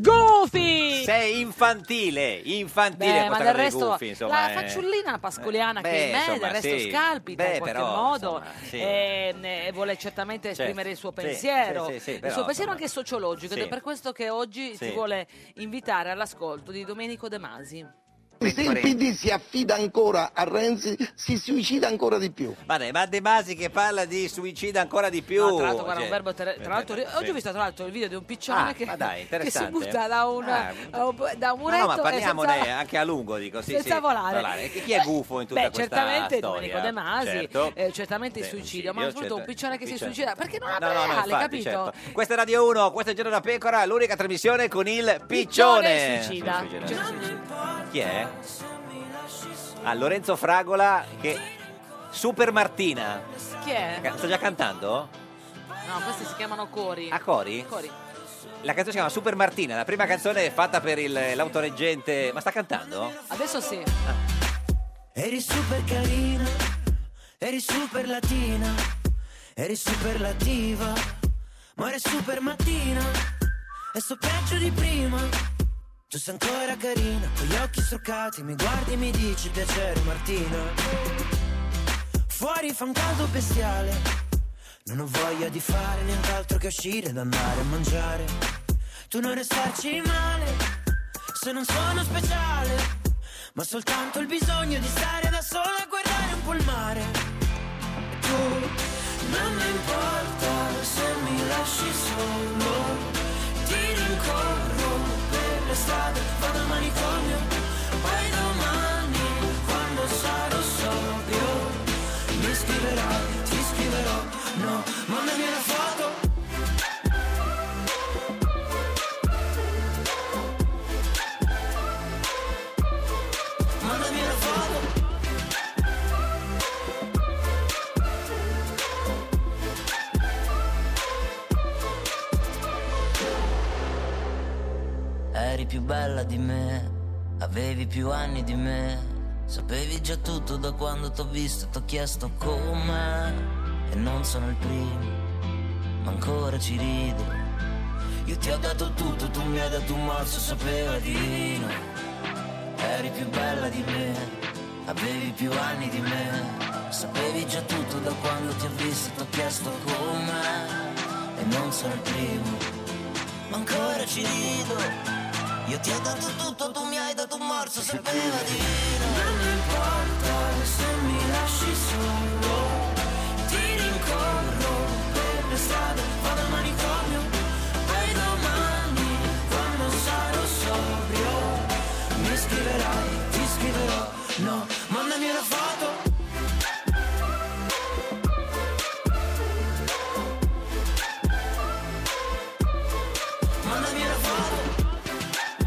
Goofy! Sei infantile, infantile Beh, a ma portare del dei resto gufi, insomma, la eh. fanciullina pascoliana Beh, che è me, del insomma, resto sì. scalpita Beh, in qualche però, modo insomma, sì. ehm, e vuole certamente Certo. esprimere il suo Sì, pensiero, sì, sì, sì, il però, suo pensiero anche insomma, sociologico ed è sì. per questo che oggi Sì. si vuole invitare all'ascolto di Domenico De Masi. Se il PD si affida ancora a Renzi, si suicida ancora di più. Ma dai, ma De Masi che parla di suicida ancora di più. No, Ah, tra l'altro, guarda, Cioè, un verbo ter- tra l'altro, eh, oggi sì. ho visto tra l'altro il video di un piccione Ah, che, ma dai, che si interessante. butta da un, Ah. da un No, muretto no, ma eh. e parliamone senza- anche a lungo, dico. Sì, senza sì, volare. Eh, Chi, chi è gufo in tutta Beh, questa certamente storia? Domenico De Masi, Certo. eh, certamente il Sì, suicidio, ma io soprattutto un certo- piccione che si piccione. suicida, perché non ha No, no, no, reale, infatti, capito? certo. Questa è Radio 1, questa è Giorno da Pecora, l'unica trasmissione con il piccione. suicida. Sì, Piccione Chi è? Ah, Lorenzo Fragola che... Super Martina. Chi è? Ca- Sta già cantando? No, questi si chiamano cori. A Ah, cori? Cori. La canzone si chiama Super Martina, la prima canzone è fatta per il- l'autoreggente... Ma sta cantando? Adesso sì. Eh. Eri super carina, eri super latina, eri superlativa, ma ora è super mattina, e sto peggio di prima. Tu sei ancora carina, con gli occhi struccati, mi guardi e mi dici piacere Martina. Fuori fa un caldo bestiale, non ho voglia di fare nient'altro che uscire ed andare a mangiare. Tu non restarci male, se non sono speciale. Ma soltanto il bisogno di stare da sola a guardare un po' il mare. E tu non mi importa se mi lasci solo. Ti rincorro per le strade, vado al manicomio. Poi domani, quando sarò sobrio, mi scriverò, ti scriverò. No, mamma mia la foto. Mandami la foto Eri più bella di me, avevi più anni di me, sapevi già tutto da quando t'ho visto e t'ho chiesto come. E non sono il primo, ma ancora ci rido. Io ti ho dato tutto, tu mi hai dato un morso, sapeva di vino. Eri più bella di me, avevi più anni di me, sapevi già tutto da quando ti ho visto e t'ho chiesto come. E non sono il primo, ma ancora ci rido. Io ti ho dato tutto, tu mi hai dato un morso, sapeva di Non mi importa se mi lasci solo Ti rincorro per le strade Vado al manicomio Poi domani quando sarò sobrio Mi scriverai, ti scriverò No, mandami la foto Mandami la foto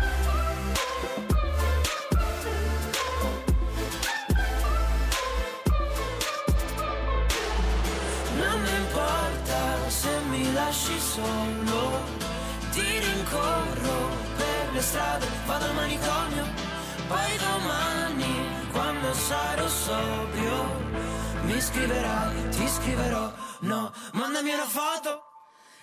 Non mi importa se mi lasci solo, ti rincorro per le strade, vado al manicomio, poi domani quando sarò sobrio mi scriverai, ti scriverò, no, mandami una foto.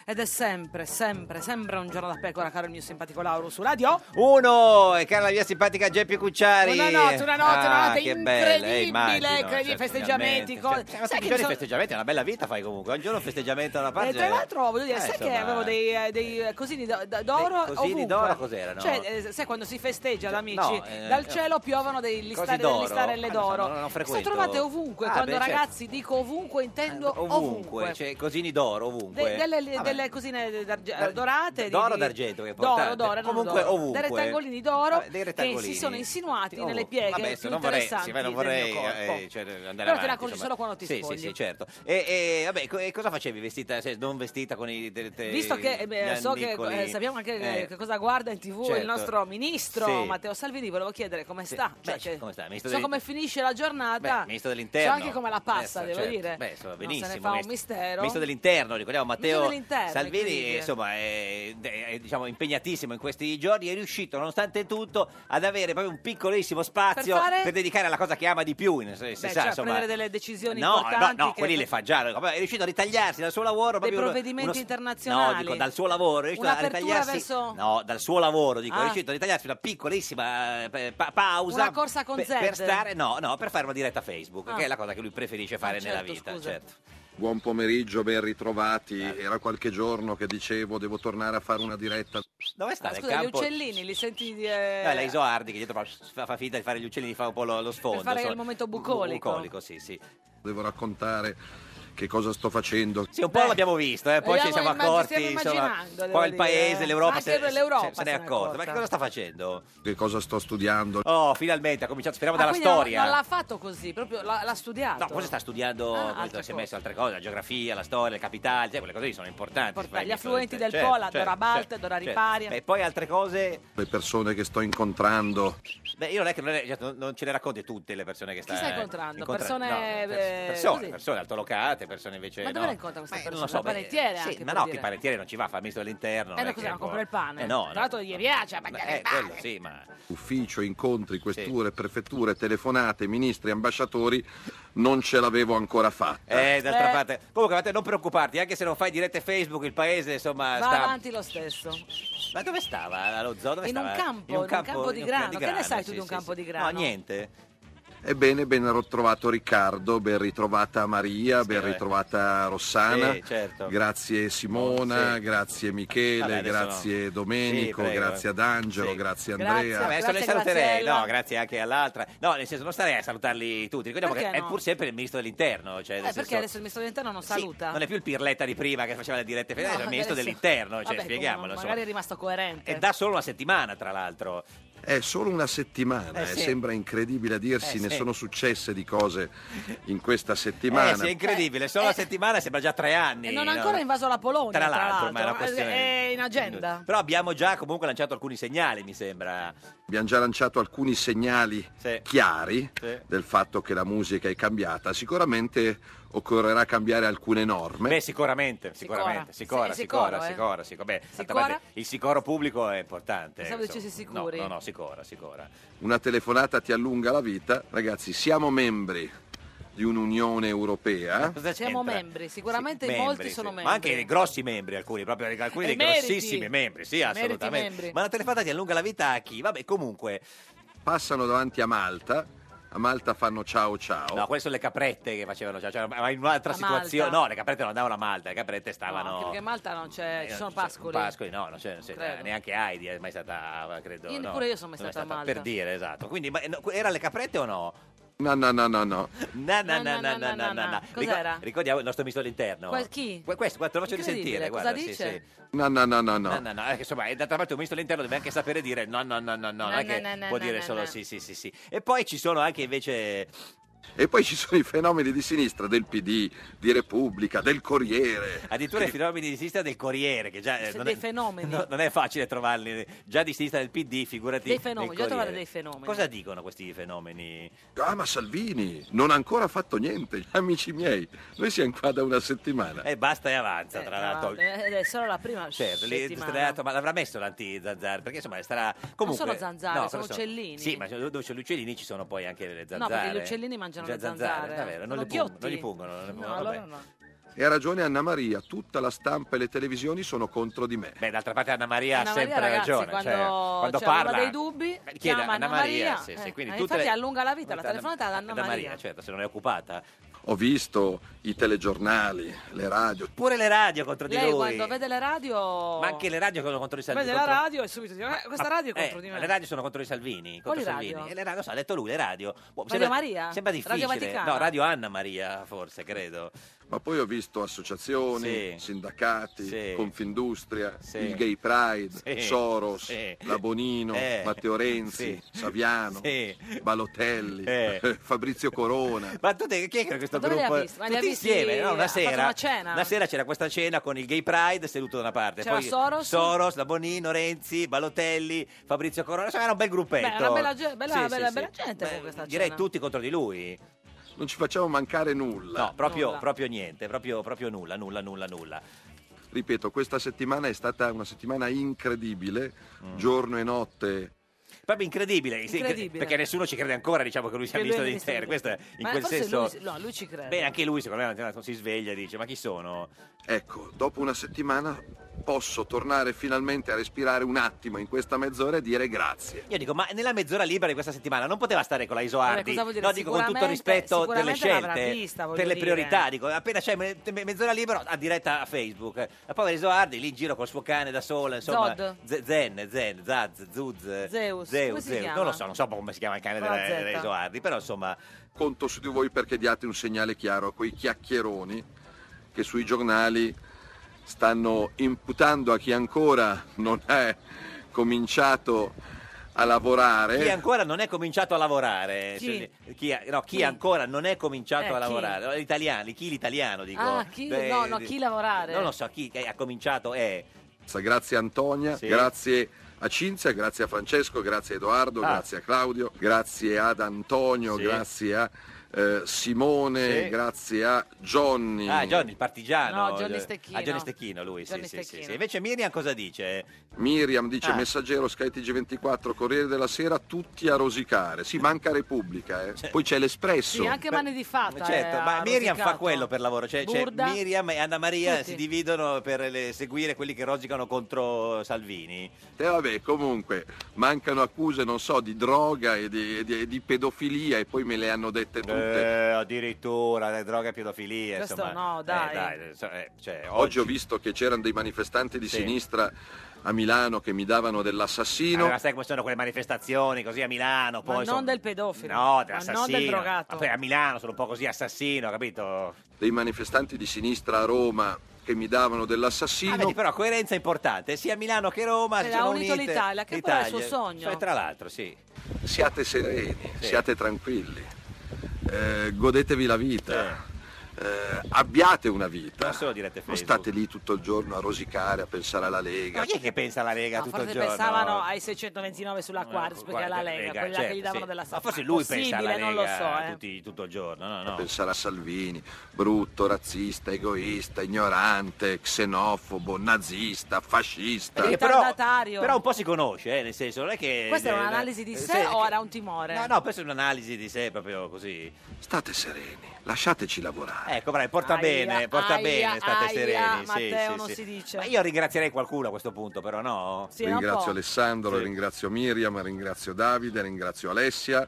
Ed è sempre, sempre, sempre un giorno da pecora, caro il mio simpatico Lauro su radio. Uno, e cara la mia simpatica Geppi Cucciari. Una notte, una notte, una Ah, notte che bello, eh, incredibile, immagino, incredibili cioè, festeggiamenti, finalmente. cose- Cioè, ma Sai che tutti Eh, i giorni so- festeggiamenti, è una bella vita fai comunque. Un giorno festeggiamento da una parte. E tra l'altro, voglio dire, Eh, sai che insomma, avevo dei, eh, dei, eh, cosini d'o- d'oro Dei cosini ovunque. d'oro cos'erano? Cioè, eh, sai quando si festeggia ad amici, no, eh, dal no. cielo piovono dei Cosi listarelle d'oro? delle listarelle Ah, d'oro. no, no, non Sono frequento. trovate ovunque, Ah, quando beh, certo. Eh, ragazzi dico ovunque intendo Ovunque, cioè, cosini d'oro ovunque. De- delle, Vabbè, delle delle cosine d'arge- eh, dorate. di- d'oro o di- d'argento, che è D'oro, importante. d'oro. erano Comunque, d'oro. ovunque. Dei rettangolini d'oro Vabbè, dei che si rettangolini. sono insinuati Oh, nelle pieghe vabbè, se più non vorrei, interessanti sì, ma non del vorrei mio corpo. eh, cioè, andare Però te la avanti, cogli insomma. solo quando ti sì, spogli. Sì, sì, certo. E, e, vabbè, co- e cosa facevi vestita, cioè, non vestita con i te- te- Visto che eh, beh, so che Giannicoli? eh, sappiamo anche eh, Eh, che cosa guarda in tv il certo. nostro ministro Sì. Matteo Salvini, volevo chiedere come Sì. sta. Beh, che- come sta? Ministro so degli- come finisce la giornata. Beh, ministro dell'interno. So anche come la passa, Adesso, devo certo. dire. Beh, insomma, Non benissimo. se ne fa un Ministro- mistero. Ministro dell'interno, ricordiamo Matteo Ministro dell'interno, Salvini, incredibile. insomma, è, è- è, diciamo, impegnatissimo in questi giorni, è riuscito, nonostante tutto, ad avere proprio un piccolissimo spazio Per fare- dedicare alla cosa che ama di più. in- se- se Beh, sa, cioè, insomma. prendere delle decisioni No, no, importanti. no, che- quelli le fa già. È riuscito a ritagliarsi dal suo Dei lavoro. proprio uno- provvedimenti uno- internazionali. Ah, No, dico dal suo lavoro. È riuscito a Un'apertura ritagliarsi. verso- No, dal suo lavoro, dico. Ah. È riuscito a ritagliarsi una piccolissima eh, pa- pausa. Una corsa con per, Zed. per stare, no, no, per fare una diretta Facebook, Ah. che è la cosa che lui preferisce fare Ah, nella certo, vita. scusa. Certo. Buon pomeriggio, ben ritrovati. Era qualche giorno che dicevo devo tornare a fare una diretta. Dove sta Ah, nel scusa, gli campo? uccellini li senti di, eh, No, è la Isoardi che dietro fa, fa finta di fare gli uccellini, fa un po' lo, lo sfondo. fare il insomma. momento bucolico. Bucolico, sì, sì. Devo raccontare che cosa sto facendo. Sì, un po' l'abbiamo visto, eh, poi ci L'abbiamo siamo immagin- accorti. stiamo insomma, immaginando, devo poi il dire, paese, eh. l'Europa Anche se, per l'europa se- se ne è accorta. Ma che cosa sta facendo? Che cosa sto studiando? Oh, finalmente ha cominciato, speriamo Ah, dalla quindi non- storia. Non l'ha fatto così, proprio l'ha, l'ha studiato. No, forse sta studiando, Esatto. Ah, come altre detto, si è cose. messo altre cose, la geografia, la storia, le capitali, cioè, quelle cose lì sono importanti. Importanti, fai- gli affluenti del certo, Po, la certo, Dora Balta, certo, Dora certo. Riparia. E poi altre cose, Le persone che sto incontrando. beh, io non è che non, è- cioè, non- non ce le racconti tutte le persone che sta stai incontrando? Persone, no, per- eh, persone, così? persone altolocate, persone invece Ma dove no. le incontra queste Ma non persone? lo so, Al beh, panettiere sì, anche, ma per no, dire. che panettiere non ci va, fa ministro dell'interno. Eh, non no, è così che non può- compra il pane. Eh, no, Tra l'altro gli piace a mangiare Eh, il quello pane. sì, ma Ufficio, incontri, questure, prefetture, telefonate, ministri, ambasciatori. Non ce l'avevo ancora fatta. Eh, d'altra Eh. parte. Comunque, Matteo, non preoccuparti, anche se non fai dirette Facebook, il paese, insomma, Va sta. avanti lo stesso. Ma dove stava lo zoo? Dove In un stava? campo, in un campo di in grano. Che ne sai tu sì, di un sì, campo sì. di grano? No, niente. Ebbene, ben ritrovato Riccardo, ben ritrovata Maria, ben vabbè. ritrovata Rossana. eh. Sì, certo. Grazie Simona, Oh, sì. grazie Michele, Vabbè, adesso grazie no. Domenico, Sì, prego. eh. grazie ad Angelo, Sì. grazie Grazie. Andrea. Vabbè, adesso Grazie, le saluterei, Graziella. no, grazie anche all'altra. No, nel senso, non starei a salutarli tutti. Ricordiamo Perché che no? è pur sempre il ministro dell'interno. Cioè, Eh, nel perché senso- adesso il ministro dell'interno non Sì, saluta? non è più il pirletta di prima che faceva le dirette No, federali, è il ministro adesso- dell'interno. Cioè, Vabbè, spieghiamolo. comunque, insomma. Magari è rimasto coerente. E da solo una settimana, tra l'altro. È solo una settimana, Eh, eh, sì. sembra incredibile a dirsi, Eh, ne sì. sono successe di cose in questa Eh, settimana. sì, è incredibile. Solo una settimana sembra già tre anni. E Eh, non ha no? ancora invaso la Polonia, Tra l'altro, ma è una l'altro. questione. È in agenda. Però abbiamo già comunque lanciato alcuni segnali, mi sembra. Abbiamo già lanciato alcuni segnali Sì. chiari Sì. del fatto che la musica è cambiata. Sicuramente occorrerà cambiare alcune norme. Beh, sicuramente, sicuramente, sicura, Sicora. Sì, sicuro, sicura, eh. sicura, sicura. Beh, d'altra Sicura? parte, il sicuro pubblico è importante. Pensavo insomma. dicessi sicuri. No, no, no, sicura, sicura. Una telefonata ti allunga la vita. Ragazzi, siamo membri di un'Unione Europea. Cosa Siamo c'entra? membri, sicuramente Sì, molti membri, sono sì. membri. Ma anche dei grossi membri, alcuni, proprio alcuni E dei meriti. grossissimi membri, sì, Meriti assolutamente. membri. Ma la telefonata ti allunga la vita a chi? Vabbè, comunque, Passano davanti a Malta. A Malta fanno ciao ciao. no, quelle sono le caprette che facevano, cioè, cioè, ma in un'altra A situazione. Malta. No, le caprette non andavano a Malta, le caprette No, stavano anche perché a Malta non c'è, Eh, ci sono non c'è- pascoli. Pascoli, no, non c'è, non c'è Credo. neanche Heidi è mai stata, credo. Io no, neppure io sono mai non è stata a Malta. Per dire, esatto. Quindi, ma, no, era le caprette o no? No, no, no, no, no. Na, na, Na, na, na, na, na, na, na, na. na. Cos'era? Ricordi- Ricordiamo il nostro ministro dell'interno. Qua- chi? Que- Questo, guarda, te lo faccio Incredibile, risentire. cosa Guarda, dice? Sì, sì. No, no, no, no, no. No, no, no, eh, che insomma, eh, d'altra parte un ministro dell'interno deve anche sapere dire no, no, no, no, no, non Na, è che na, na, può na, dire na, solo na. sì, sì, sì, sì. E poi ci sono anche invece E poi ci sono i fenomeni di sinistra, del PD, di Repubblica, del Corriere. addirittura i fenomeni di sinistra del Corriere, che già eh, Sì, non, dei è, fenomeni. no, non è facile trovarli, già di sinistra del PD, figurati. Dei fenomeni, del già trovare Corriere. dei fenomeni. Cosa dicono questi fenomeni? Ah, ma Salvini non ha ancora fatto niente, amici miei. Noi siamo qua da una settimana. E basta e avanza, Eh, tra tra l'altro. l'altro, ed è solo la prima Certo, lì settimana. sdraiato, ma l'avrà messo l'anti-zanzara? Perché insomma sarà. Comunque, sono zanzare, sono però uccellini. Sì, ma c'è- dove c'è gli uccellini ci sono poi anche le zanzare. No, perché gli uccellini mangiano Già le zanzare. davvero, non, Sono li pungono, ghiotti. non li pungono. non li No, pungono, allora vabbè. no. E ha ragione Anna Maria, tutta la stampa e le televisioni sono contro di me. Beh, d'altra parte Anna Maria Anna ha Maria, sempre ragazzi, ragione. quando- cioè, quando cioè, parla aveva dei dubbi, chiede chiama a Anna Maria, sì, sì, eh. quindi Eh, tutte infatti le- allunga la vita, la Anna- telefonata ad Anna Maria. certo, se non è occupata. Ho visto i telegiornali, le radio. Pure le radio contro di Lei lui. quando vede la radio... Ma anche le radio sono contro di Salvini. Vede la contro- radio e subito dice, "Eh, questa Ma- radio è eh, contro di me. Le radio sono contro i Salvini. Contro Quali Salvini. radio? E le radio, so, ha detto lui, le radio. Boh, mi Radio Maria? Sembra Radio difficile. Vaticana? no, Radio Anna Maria, forse, credo. Ma poi ho visto associazioni, Sì. sindacati, Sì. Confindustria, Sì. il Gay Pride, Sì. Soros, Sì. la Bonino, Eh. Matteo Renzi, Sì. Saviano, Sì. Balotelli, Eh. Fabrizio Corona. Ma tu te- chi è che era questo Ma dove li ha gruppo? visti? Ma li ha Tutti visti- insieme, no? ha Una fatto sera. una cena? sera c'era questa cena con il Gay Pride seduto da una parte. C'era poi Soros? Soros, la Bonino, Renzi, Balotelli, Fabrizio Corona. Insomma, era un bel gruppetto. Beh, una bella, ge- bella, Sì, sì, bella, sì. bella gente con questa Direi cena. tutti contro di lui. Non ci facciamo mancare nulla. No, proprio, Nulla. proprio niente, proprio, proprio nulla, nulla, nulla, nulla. Ripeto, questa settimana è stata una settimana incredibile, giorno e notte. Mm. Proprio incredibile, sì, incre- Incredibile. perché nessuno ci crede ancora, diciamo, che lui sia Che lui ministro è dell'interno. Questo ministro è- dell'interno. in Ma quel forse senso. lui- no, lui ci crede. Beh, anche lui, secondo me, la mattina si sveglia e dice: Ma chi sono? Ecco, dopo una settimana posso tornare finalmente a respirare un attimo in questa mezz'ora e dire grazie. Io dico, ma nella mezz'ora libera di questa settimana non poteva stare con la Vabbè, Isoardi? cosa vuol dire? No, dico con tutto il Sicuramente- rispetto delle sicuramente l'avrà scelte, vista, voglio per le dire. priorità. Dico, appena c'è me- me- mezz'ora libera, a diretta a Facebook. La povera Isoardi lì in giro col suo cane da sola, insomma. Zod. Z- zen, Zen, Zaz, Zuz. Zeus, come si chiama? Non lo so, non so come si chiama il cane Con la della, Z. della Isoardi, però insomma. Conto su di voi perché diate un segnale chiaro a quei chiacchieroni che sui giornali stanno imputando a chi ancora non è cominciato a lavorare. Chi ancora non è cominciato a lavorare? Chi? Se- chi ha- no, chi, Chi? ancora non è cominciato Eh, a chi? lavorare? Gli italiani, chi l'italiano dico? Ah, chi- no, no, chi lavorare? Non lo so, chi ha cominciato è... Grazie Antonia, Sì. grazie a Cinzia, grazie a Francesco, grazie a Edoardo, Ah. grazie a Claudio, grazie ad Antonio, Sì. grazie a eh, Simone, Sì. grazie a Johnny. Ah, Johnny il partigiano. No, Johnny Eh, Stecchino. Ah, Johnny Stecchino, lui, sì, Johnny sì, sì, Stecchino. sì. Invece Miriam cosa dice? Miriam dice Ah. messaggero Sky TG24 Corriere della Sera tutti a rosicare. Sì, manca Repubblica, eh. Poi c'è l'Espresso. Sì, anche Mani di Fata. Cioè certo, eh, ma ha Miriam fa rosicato. quello per lavoro, cioè, cioè Burda. Miriam e Anna Maria Tutti. si dividono per le- seguire quelli che rosicano contro Salvini. E Eh, vabbè, comunque mancano accuse, non so, di droga e di, e di- e di pedofilia e poi me le hanno dette tutte. Eh, addirittura, eh, droga e pedofilia, Questo insomma. no, Eh, dai. dai, eh, so- eh, cioè, Oggi ho visto che c'erano dei manifestanti di Sì. sinistra a Milano che mi davano dell'assassino. Allora, sai come sono quelle manifestazioni così a Milano? Poi non sono- del pedofilo, no, ma dell'assassino. non del drogato. Ma poi a Milano sono un po' così assassino, capito? dei manifestanti di sinistra a Roma che mi davano Ah, dell'assassino. vedi, però coerenza è importante, sia Milano che Roma. Cioè, si ha sono unito unite. l'Italia, che poi è il suo sogno. Cioè, tra l'altro, sì. siate sereni, Sì. siate tranquilli, eh, godetevi la vita, eh, abbiate una vita. Non solo dirette Non Facebook. state lì tutto il giorno a rosicare, a pensare alla Lega. Ma chi è che pensa alla Lega Ma tutto il forse giorno? Eh, pensavano ai 629 sulla Quartus perché Guarda, alla Lega, quella che certo, gli davano sì. della Ma Sardegna. forse lui pensa alla Possibile, Lega non lo so, eh. tutti- tutto il giorno, no, no. Pensare a Salvini, brutto, razzista, egoista, ignorante, xenofobo, nazista, fascista. Perché Ritardatario. eh. però un po' si conosce, eh, nel senso, non è che... Questa era un'analisi di eh, sé o che- era un timore? No, no, questa è un'analisi di sé proprio così. State sereni, lasciateci lavorare. Ecco, bravi, porta Aia, bene, porta aia, bene, state aia, sereni. sì, Matteo, sì, non sì. si dice. Ma io ringrazierei qualcuno a questo punto, però no. Sì, era un ringrazio po'. Alessandro, Sì. ringrazio Miriam, ringrazio Davide, ringrazio Alessia,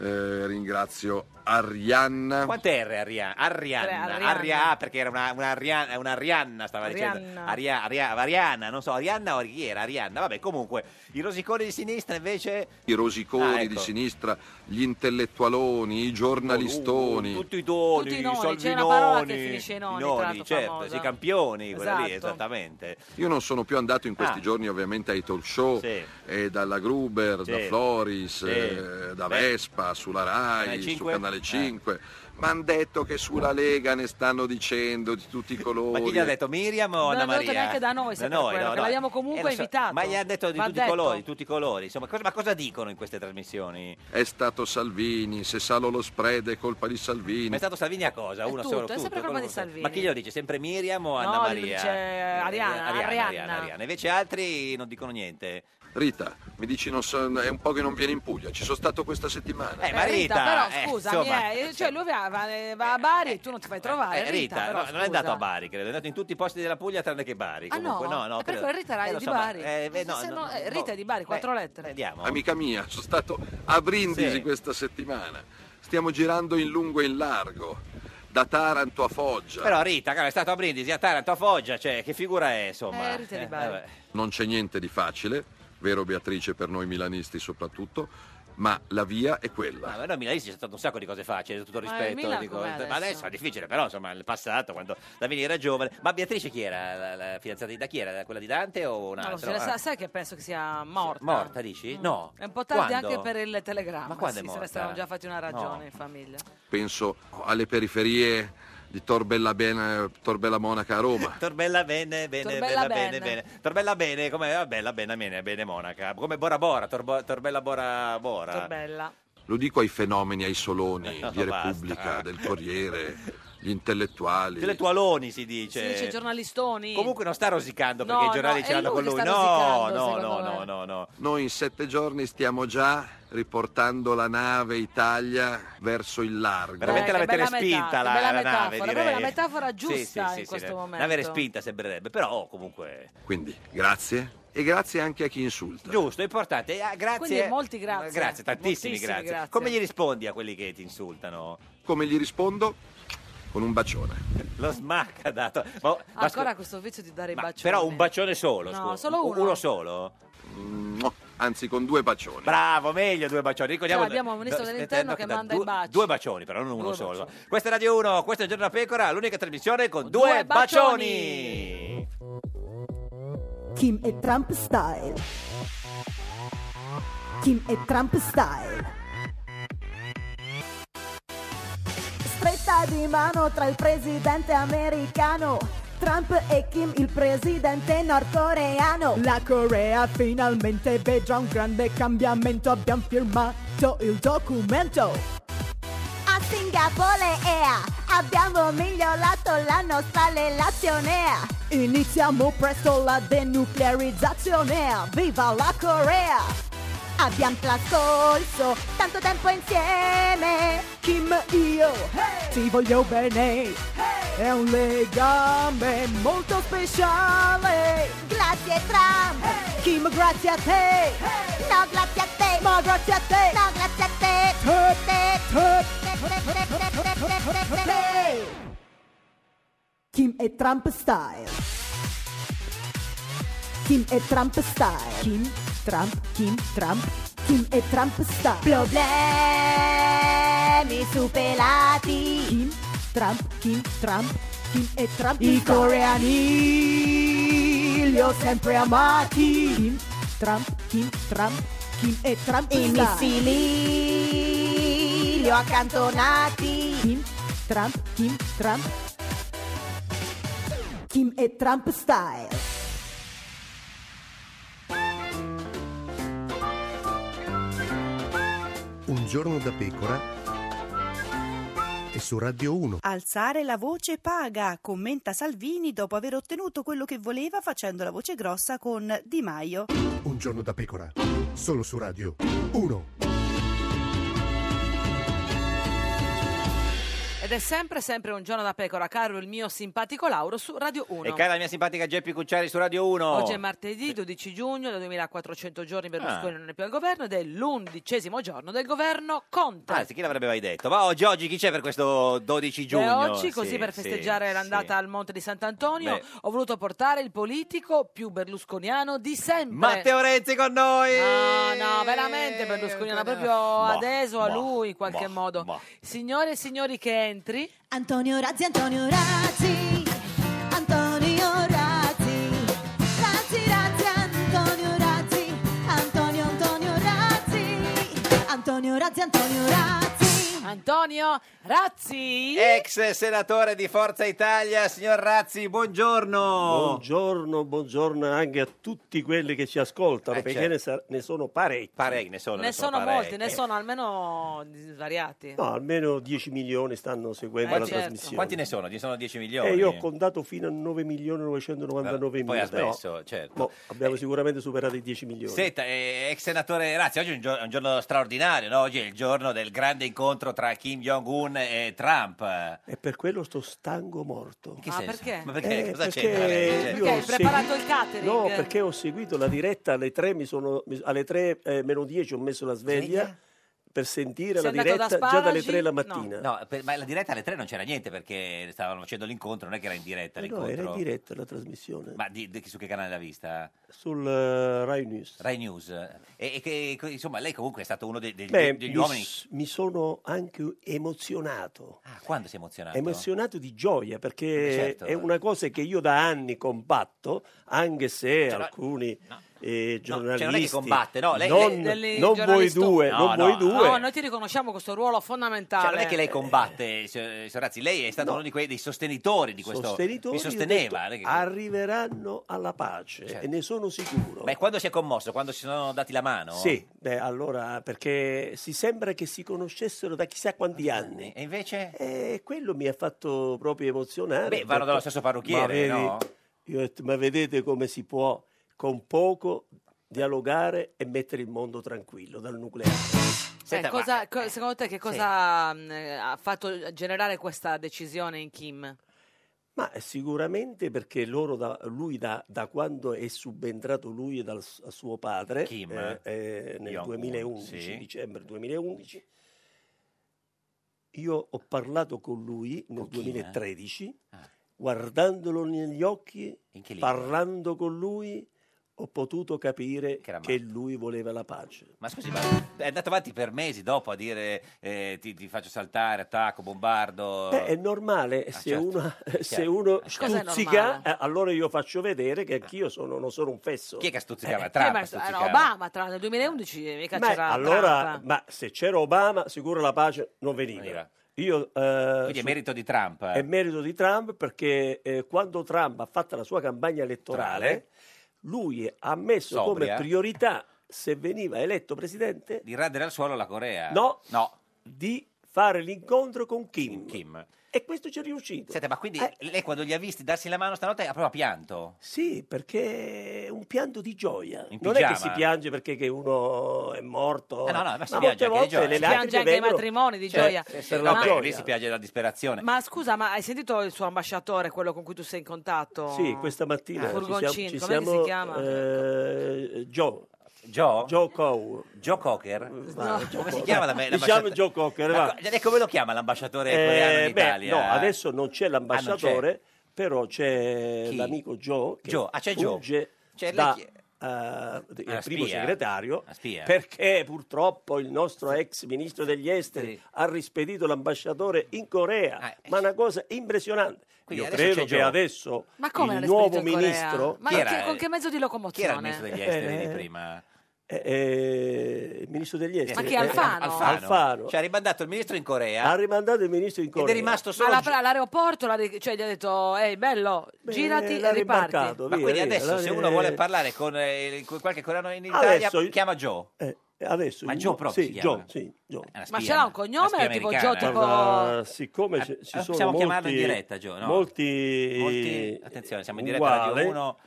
eh, ringrazio Arianna. Quante R Arianna? Arianna, Tre, Arianna. Aria, perché era una, una Arianna, una Arianna, stava dicendo. Arianna. Aria, Aria- Arianna, non so, Arianna o chi era? Arianna, vabbè, comunque, i rosiconi di sinistra invece... i rosiconi Ah, ecco. di sinistra, gli intellettualoni, i giornalistoni. Tutti i doni, Tutti i i noni, solvinoni. c'è una parola che finisce in oni, i tra l'altro, certo, famosa. i campioni, quella lì, Esatto. esattamente. Io non sono più andato in questi Ah. giorni ovviamente ai talk show, Sì. eh, dalla Gruber, Sì. da Floris, Sì. eh, da Beh. Vespa, sulla Canale RAI, su cinque? Eh. Canale 5. Ma hanno detto che sulla Lega ne stanno dicendo di tutti i Ma colori. chi gli ha detto Miriam o Non Anna l'hanno detto Maria? neanche da noi, se per quello, che l'abbiamo comunque Eh, lo invitato. Ma gli ha detto di Ma ha tutti i detto. colori, di tutti i colori. Insomma, cosa- ma cosa dicono in queste trasmissioni? È stato Salvini, se salo lo spread è colpa di Salvini. Ma è stato Salvini a cosa? È Uno tutto, solo, è sempre tutto, colpa di quello- Salvini. Ma chi glielo dice? Sempre Miriam o Anna No, Maria? glielo dice, eh, Arianna, Arianna, Arianna. Arianna. Invece altri non dicono niente. Rita, mi dici non so- è un po' che non vieni in Puglia, ci sono stato questa settimana. Eh, ma Rita, però eh, scusa, insomma, cioè lui va, va- va a Bari e tu non ti fai trovare. Eh, Rita, Ah, però, no, non è andato scusa. a Bari, credo, è andato in tutti i posti della Puglia tranne che Bari. Ah, comunque. no? no, Eh, credo. perché Rita era lo di ma- Bari. eh, beh, Se- se no, eh, Rita è di Bari, boh, quattro beh, lettere. Vediamo. Amica mia, sono stato a Brindisi Sì. questa settimana. Stiamo girando in lungo e in largo, da Taranto a Foggia. Però Rita, cara, è stato a Brindisi, a Taranto, a Foggia, cioè, che figura è, insomma? Eh, Rita è di Bari. vabbè. Non c'è niente di facile, vero Beatrice per noi milanisti soprattutto, ma la via è quella. Ah, ma noi a Milanesi c'è stato un sacco di cose facili, tutto il Ma il rispetto. Milan dico, com'è ma adesso adesso? è difficile, però insomma, nel passato, quando la Mini era giovane. Ma Beatrice chi era? La, la fidanzata di da chi era? Quella di Dante o Non lo so, un'altra? sa- Ah, sai che penso che sia morta. Morta, dici? Mm. No. È un po' tardi Quando? anche per il telegramma. Ma quando è sì, se morta? ne stavano già fatti una ragione No. in famiglia. Penso alle periferie di Torbella, Bene- Torbella Monaca a Roma. Torbella bene, bene, Torbella bella bene, bene. bene. Torbella bene, come ah, bella bene, bene, bene monaca. Come Bora Bora, Torbo- Torbella Bora Bora. Torbella. Lo dico ai fenomeni, ai soloni No, di basta. Repubblica, del Corriere, gli intellettuali. Intellettualoni si dice. Si dice giornalistoni. Comunque non sta rosicando perché No, i giornali no, ce è l'hanno lui con che lui. sta No, rosicando, no, no, secondo no, me. no, no. Noi in sette giorni stiamo già riportando la nave Italia verso il largo. Veramente Eh, che l'avete bella respinta metafora, la, bella la nave, metafora, direi. proprio la metafora Sì, sì, giusta sì, in sì, questo la- momento. Nave respinta sembrerebbe, però oh, comunque... Quindi, grazie. E grazie anche a chi insulta. Giusto, importante. Eh, ah, grazie. Quindi molti grazie. Grazie, tantissimi Moltissimi grazie. grazie. Come gli rispondi a quelli che ti insultano? Come gli rispondo? Con un bacione. Lo smacca dato. Ma, ma Ancora scu- questo vizio di dare i ma bacioni. però un bacione solo, No, scusa. solo U- uno. solo? Mua. Mm, Anzi, con due bacioni. Bravo, meglio due bacioni. Ricordiamo Cioè, abbiamo un ministro do- dell'interno do- che do- manda due, i baci. Due bacioni, però non uno Due solo. bacioni. Questa è Radio 1, questa è Giorno da Pecora, l'unica trasmissione con due due, bacioni. bacioni. Kim e Trump Style. Kim e Trump Style. Stretta di mano tra il presidente americano. Trump e Kim, il presidente nordcoreano. La Corea finalmente vedrà un grande cambiamento. Abbiamo firmato il documento. A Singapore EA abbiamo migliorato la nostra relazione. Iniziamo presto la denuclearizzazione. Viva la Corea! Abbiamo trascorso tanto tempo insieme. Kim, io ti voglio bene. È un legame molto speciale. Grazie Trump. Kim, grazie a te. No, grazie a te. Ma grazie a te. No, grazie a te. Kim e Trump Style. Kim e Trump Style. Kim, Trump, Kim, Trump. Kim e Trump Style. Problemi superati. Kim, Trump, Kim, Trump. Kim e Trump I coreani li ho sempre amati. Kim, Trump, Kim, Trump. Kim e Trump I missili li ho accantonati. Kim, Trump, Kim, Trump. Kim e Trump Style. Un giorno da pecora e su Radio 1. Ah. Alzare la voce paga, commenta Salvini dopo aver ottenuto quello che voleva facendo la voce grossa con Di Maio. Un giorno da pecora, solo su Radio 1. Ed è sempre, sempre un giorno da pecora, caro il mio simpatico Lauro su Radio 1. E cara la mia simpatica Geppi Cucciari su Radio 1. Oggi è martedì 12 giugno, da 2400 giorni Berlusconi Ah. non è più al governo ed è l'undicesimo giorno del governo Conte. Anzi, chi l'avrebbe mai detto? Ma oggi, oggi chi c'è per questo 12 giugno? E oggi, così Sì, per sì, festeggiare sì. l'andata al Monte di Sant'Antonio, Beh. ho voluto portare il politico più berlusconiano di sempre. Matteo Renzi con noi! No, no, veramente Berlusconi era proprio Ma, adeso a ma, lui in qualche ma, modo. ma. Signore e signori che entri, Antonio Razzi, Antonio Razzi, Antonio Razzi, Razzi, Razzi, Antonio Razzi, Antonio, Antonio Razzi, Antonio Razzi, Antonio Razzi. Antonio Razzi. Ex senatore di Forza Italia, signor Razzi, buongiorno. Buongiorno, buongiorno anche a tutti quelli che ci ascoltano, Eh, perché certo. ne, sa- ne sono parecchi. Parecchi, ne sono, ne sono molti, ne sono almeno svariati. No, almeno 10 milioni stanno seguendo Eh, la certo. trasmissione. Quanti ne sono? Ci sono 10 milioni. Eh, io ho contato fino a 9 milioni 999 Poi mila, ha smesso, però certo. mo abbiamo sicuramente superato i 10 boh, milioni. Senta, eh, ex senatore Razzi, oggi è un, gio- è un giorno straordinario, no? Oggi è il giorno del grande incontro tra Kim Jong-un e Trump. In E per quello sto stanco morto. che Ah, senso? perché? Ma perché? Eh, Cosa perché c'entra lei? Cioè, io Perché hai ho preparato segui- il catering? No, perché ho seguito la diretta alle 3, mi sono, mi- alle 3 eh, meno 10 ho messo la sveglia. per sentire Sei la andato da diretta già dalle Sparagi? 3 la No. mattina. No, per- ma la diretta alle tre non c'era niente perché stavano facendo l'incontro, non è che era in diretta Eh no, l'incontro. era in diretta la trasmissione Ma di- di- su che canale l'ha vista? sul eh, Rai News. Rai News. E, e che, co- insomma, lei comunque è stato uno dei- dei- Beh, degli mi, uomini. s- mi sono anche emozionato. Ah, quando si è emozionato? Emozionato di gioia perché Certo. è una cosa che io da anni combatto, anche se Cioè, no, cioè, alcuni eh, giornalisti non è che combatte, no, lei- non, Delle non voi giornalisti- due, non voi due. No, noi ti riconosciamo questo ruolo fondamentale. Eh, Cioè, non è che lei combatte, Eh. signor Razzi, lei è stato uno di quei dei sostenitori di questo. Sostenitori, mi ho sosteneva. detto, non è che- arriveranno alla pace Certo. e ne sono sicuro. Beh, quando si è commosso, quando si sono dati la mano. Sì, beh, allora perché si sembra che si conoscessero da chissà quanti anni. E invece? E quello mi ha fatto proprio emozionare. Beh, vanno dallo stesso parrucchiere, Ma vedi, no? io ho detto, ma vedete come si può con poco dialogare e mettere il mondo tranquillo dal nucleare. Cioè, Senta, cosa- Eh, co- secondo te che cosa mh, eh, ha fatto generare questa decisione in Kim? Ah, Ma sicuramente perché loro da- lui da, da quando è subentrato lui dal s- a suo padre Kim, eh, eh, nel Jong-un, 2011, sì. dicembre 2011, io ho parlato con lui nel Con Kim, eh? Ah. 2013, guardandolo negli occhi, In che lingua? parlando con lui, ho potuto capire era che, lui voleva la pace. Ma scusi, ma è andato avanti per mesi dopo a dire eh, ti, ti faccio saltare, attacco, bombardo. Beh, è normale, se, Oh. certo. una- se Chiaro. uno Cos'è stuzzica, eh, allora io faccio vedere che anch'io sono, non sono un fesso. Chi è che stuzzicava? Eh, ma- era Obama tra nel 2011 mica Beh, c'era allora, Trump. ma se c'era Obama, sicuro la pace non veniva. Io, eh, Quindi è merito di Trump. eh? È merito di Trump perché eh, quando Trump ha fatto la sua campagna elettorale, lui ha messo Sobria. come priorità, se veniva eletto presidente, Di radere al suolo la Corea. No. Eh, No. di fare l'incontro con Kim. E questo ci è riuscito. Eh. Senta, ma quindi lei quando li ha visti darsi la mano stanotte ha proprio pianto? Sì, perché è un pianto di gioia. In non è pigiama. che si piange perché che uno è morto. Ah, no, no, ma si molte piange anche di volte gioia. le Si lacrime piange anche ai vengono- matrimoni di Cioè, gioia. per Sì, la no, beh, gioia. lì si piange dalla disperazione. Ma scusa, ma hai sentito il suo ambasciatore, quello con cui tu sei in contatto? Sì, questa mattina ci siamo, Furgoncini, ci com'è che siamo, si chiama? eh, Joe. Joe? Joe Cow. Joe Cocker? Vai, Joe Come si Cocker. chiama la- Diciamo l'ambasciatore? Joe Cocker, Ma va. co- e come lo chiama l'ambasciatore Eh, coreano in beh, Italia? Ah, No, adesso non c'è l'ambasciatore, però c'è Chi? l'amico Joe che Joe, ah, c'è Joe. funge Cioè, lei da chi- eh, d- Una il primo spia? segretario Una spia? perché purtroppo il nostro ex ministro degli esteri ha rispedito l'ambasciatore in Corea ma una cosa impressionante Ah, Quindi io adesso c'è credo che Joe. Ecco, adesso Ma come l'ha il rispedito nuovo in Corea? ministro Ma che- con che mezzo di Chi era il locomozione? ministro degli esteri di Eh, prima? Eh, eh, il ministro degli esteri chi, eh, Alfano? Alfano. Alfano. Cioè, ha rimandato il ministro in Corea. ha rimandato il ministro in Corea è rimasto Ma solo la- all'aeroporto l'ha ri- cioè, gli ha detto, ehi bello, girati e riparti. Ma via, quindi via, adesso la- se uno vuole parlare con eh, con qualche coreano in Italia, Adesso- chiama Joe. Eh, adesso Ma il- Joe proprio sì, si chiama? Joe, sì, Joe. Ma ce l'ha un cognome spia tipo americana. Joe, tipo... Guarda, siccome ci, ci Ah, sono possiamo molti, chiamarlo in diretta, Joe, no? molti, Molti- attenzione, siamo in diretta a Radio 1.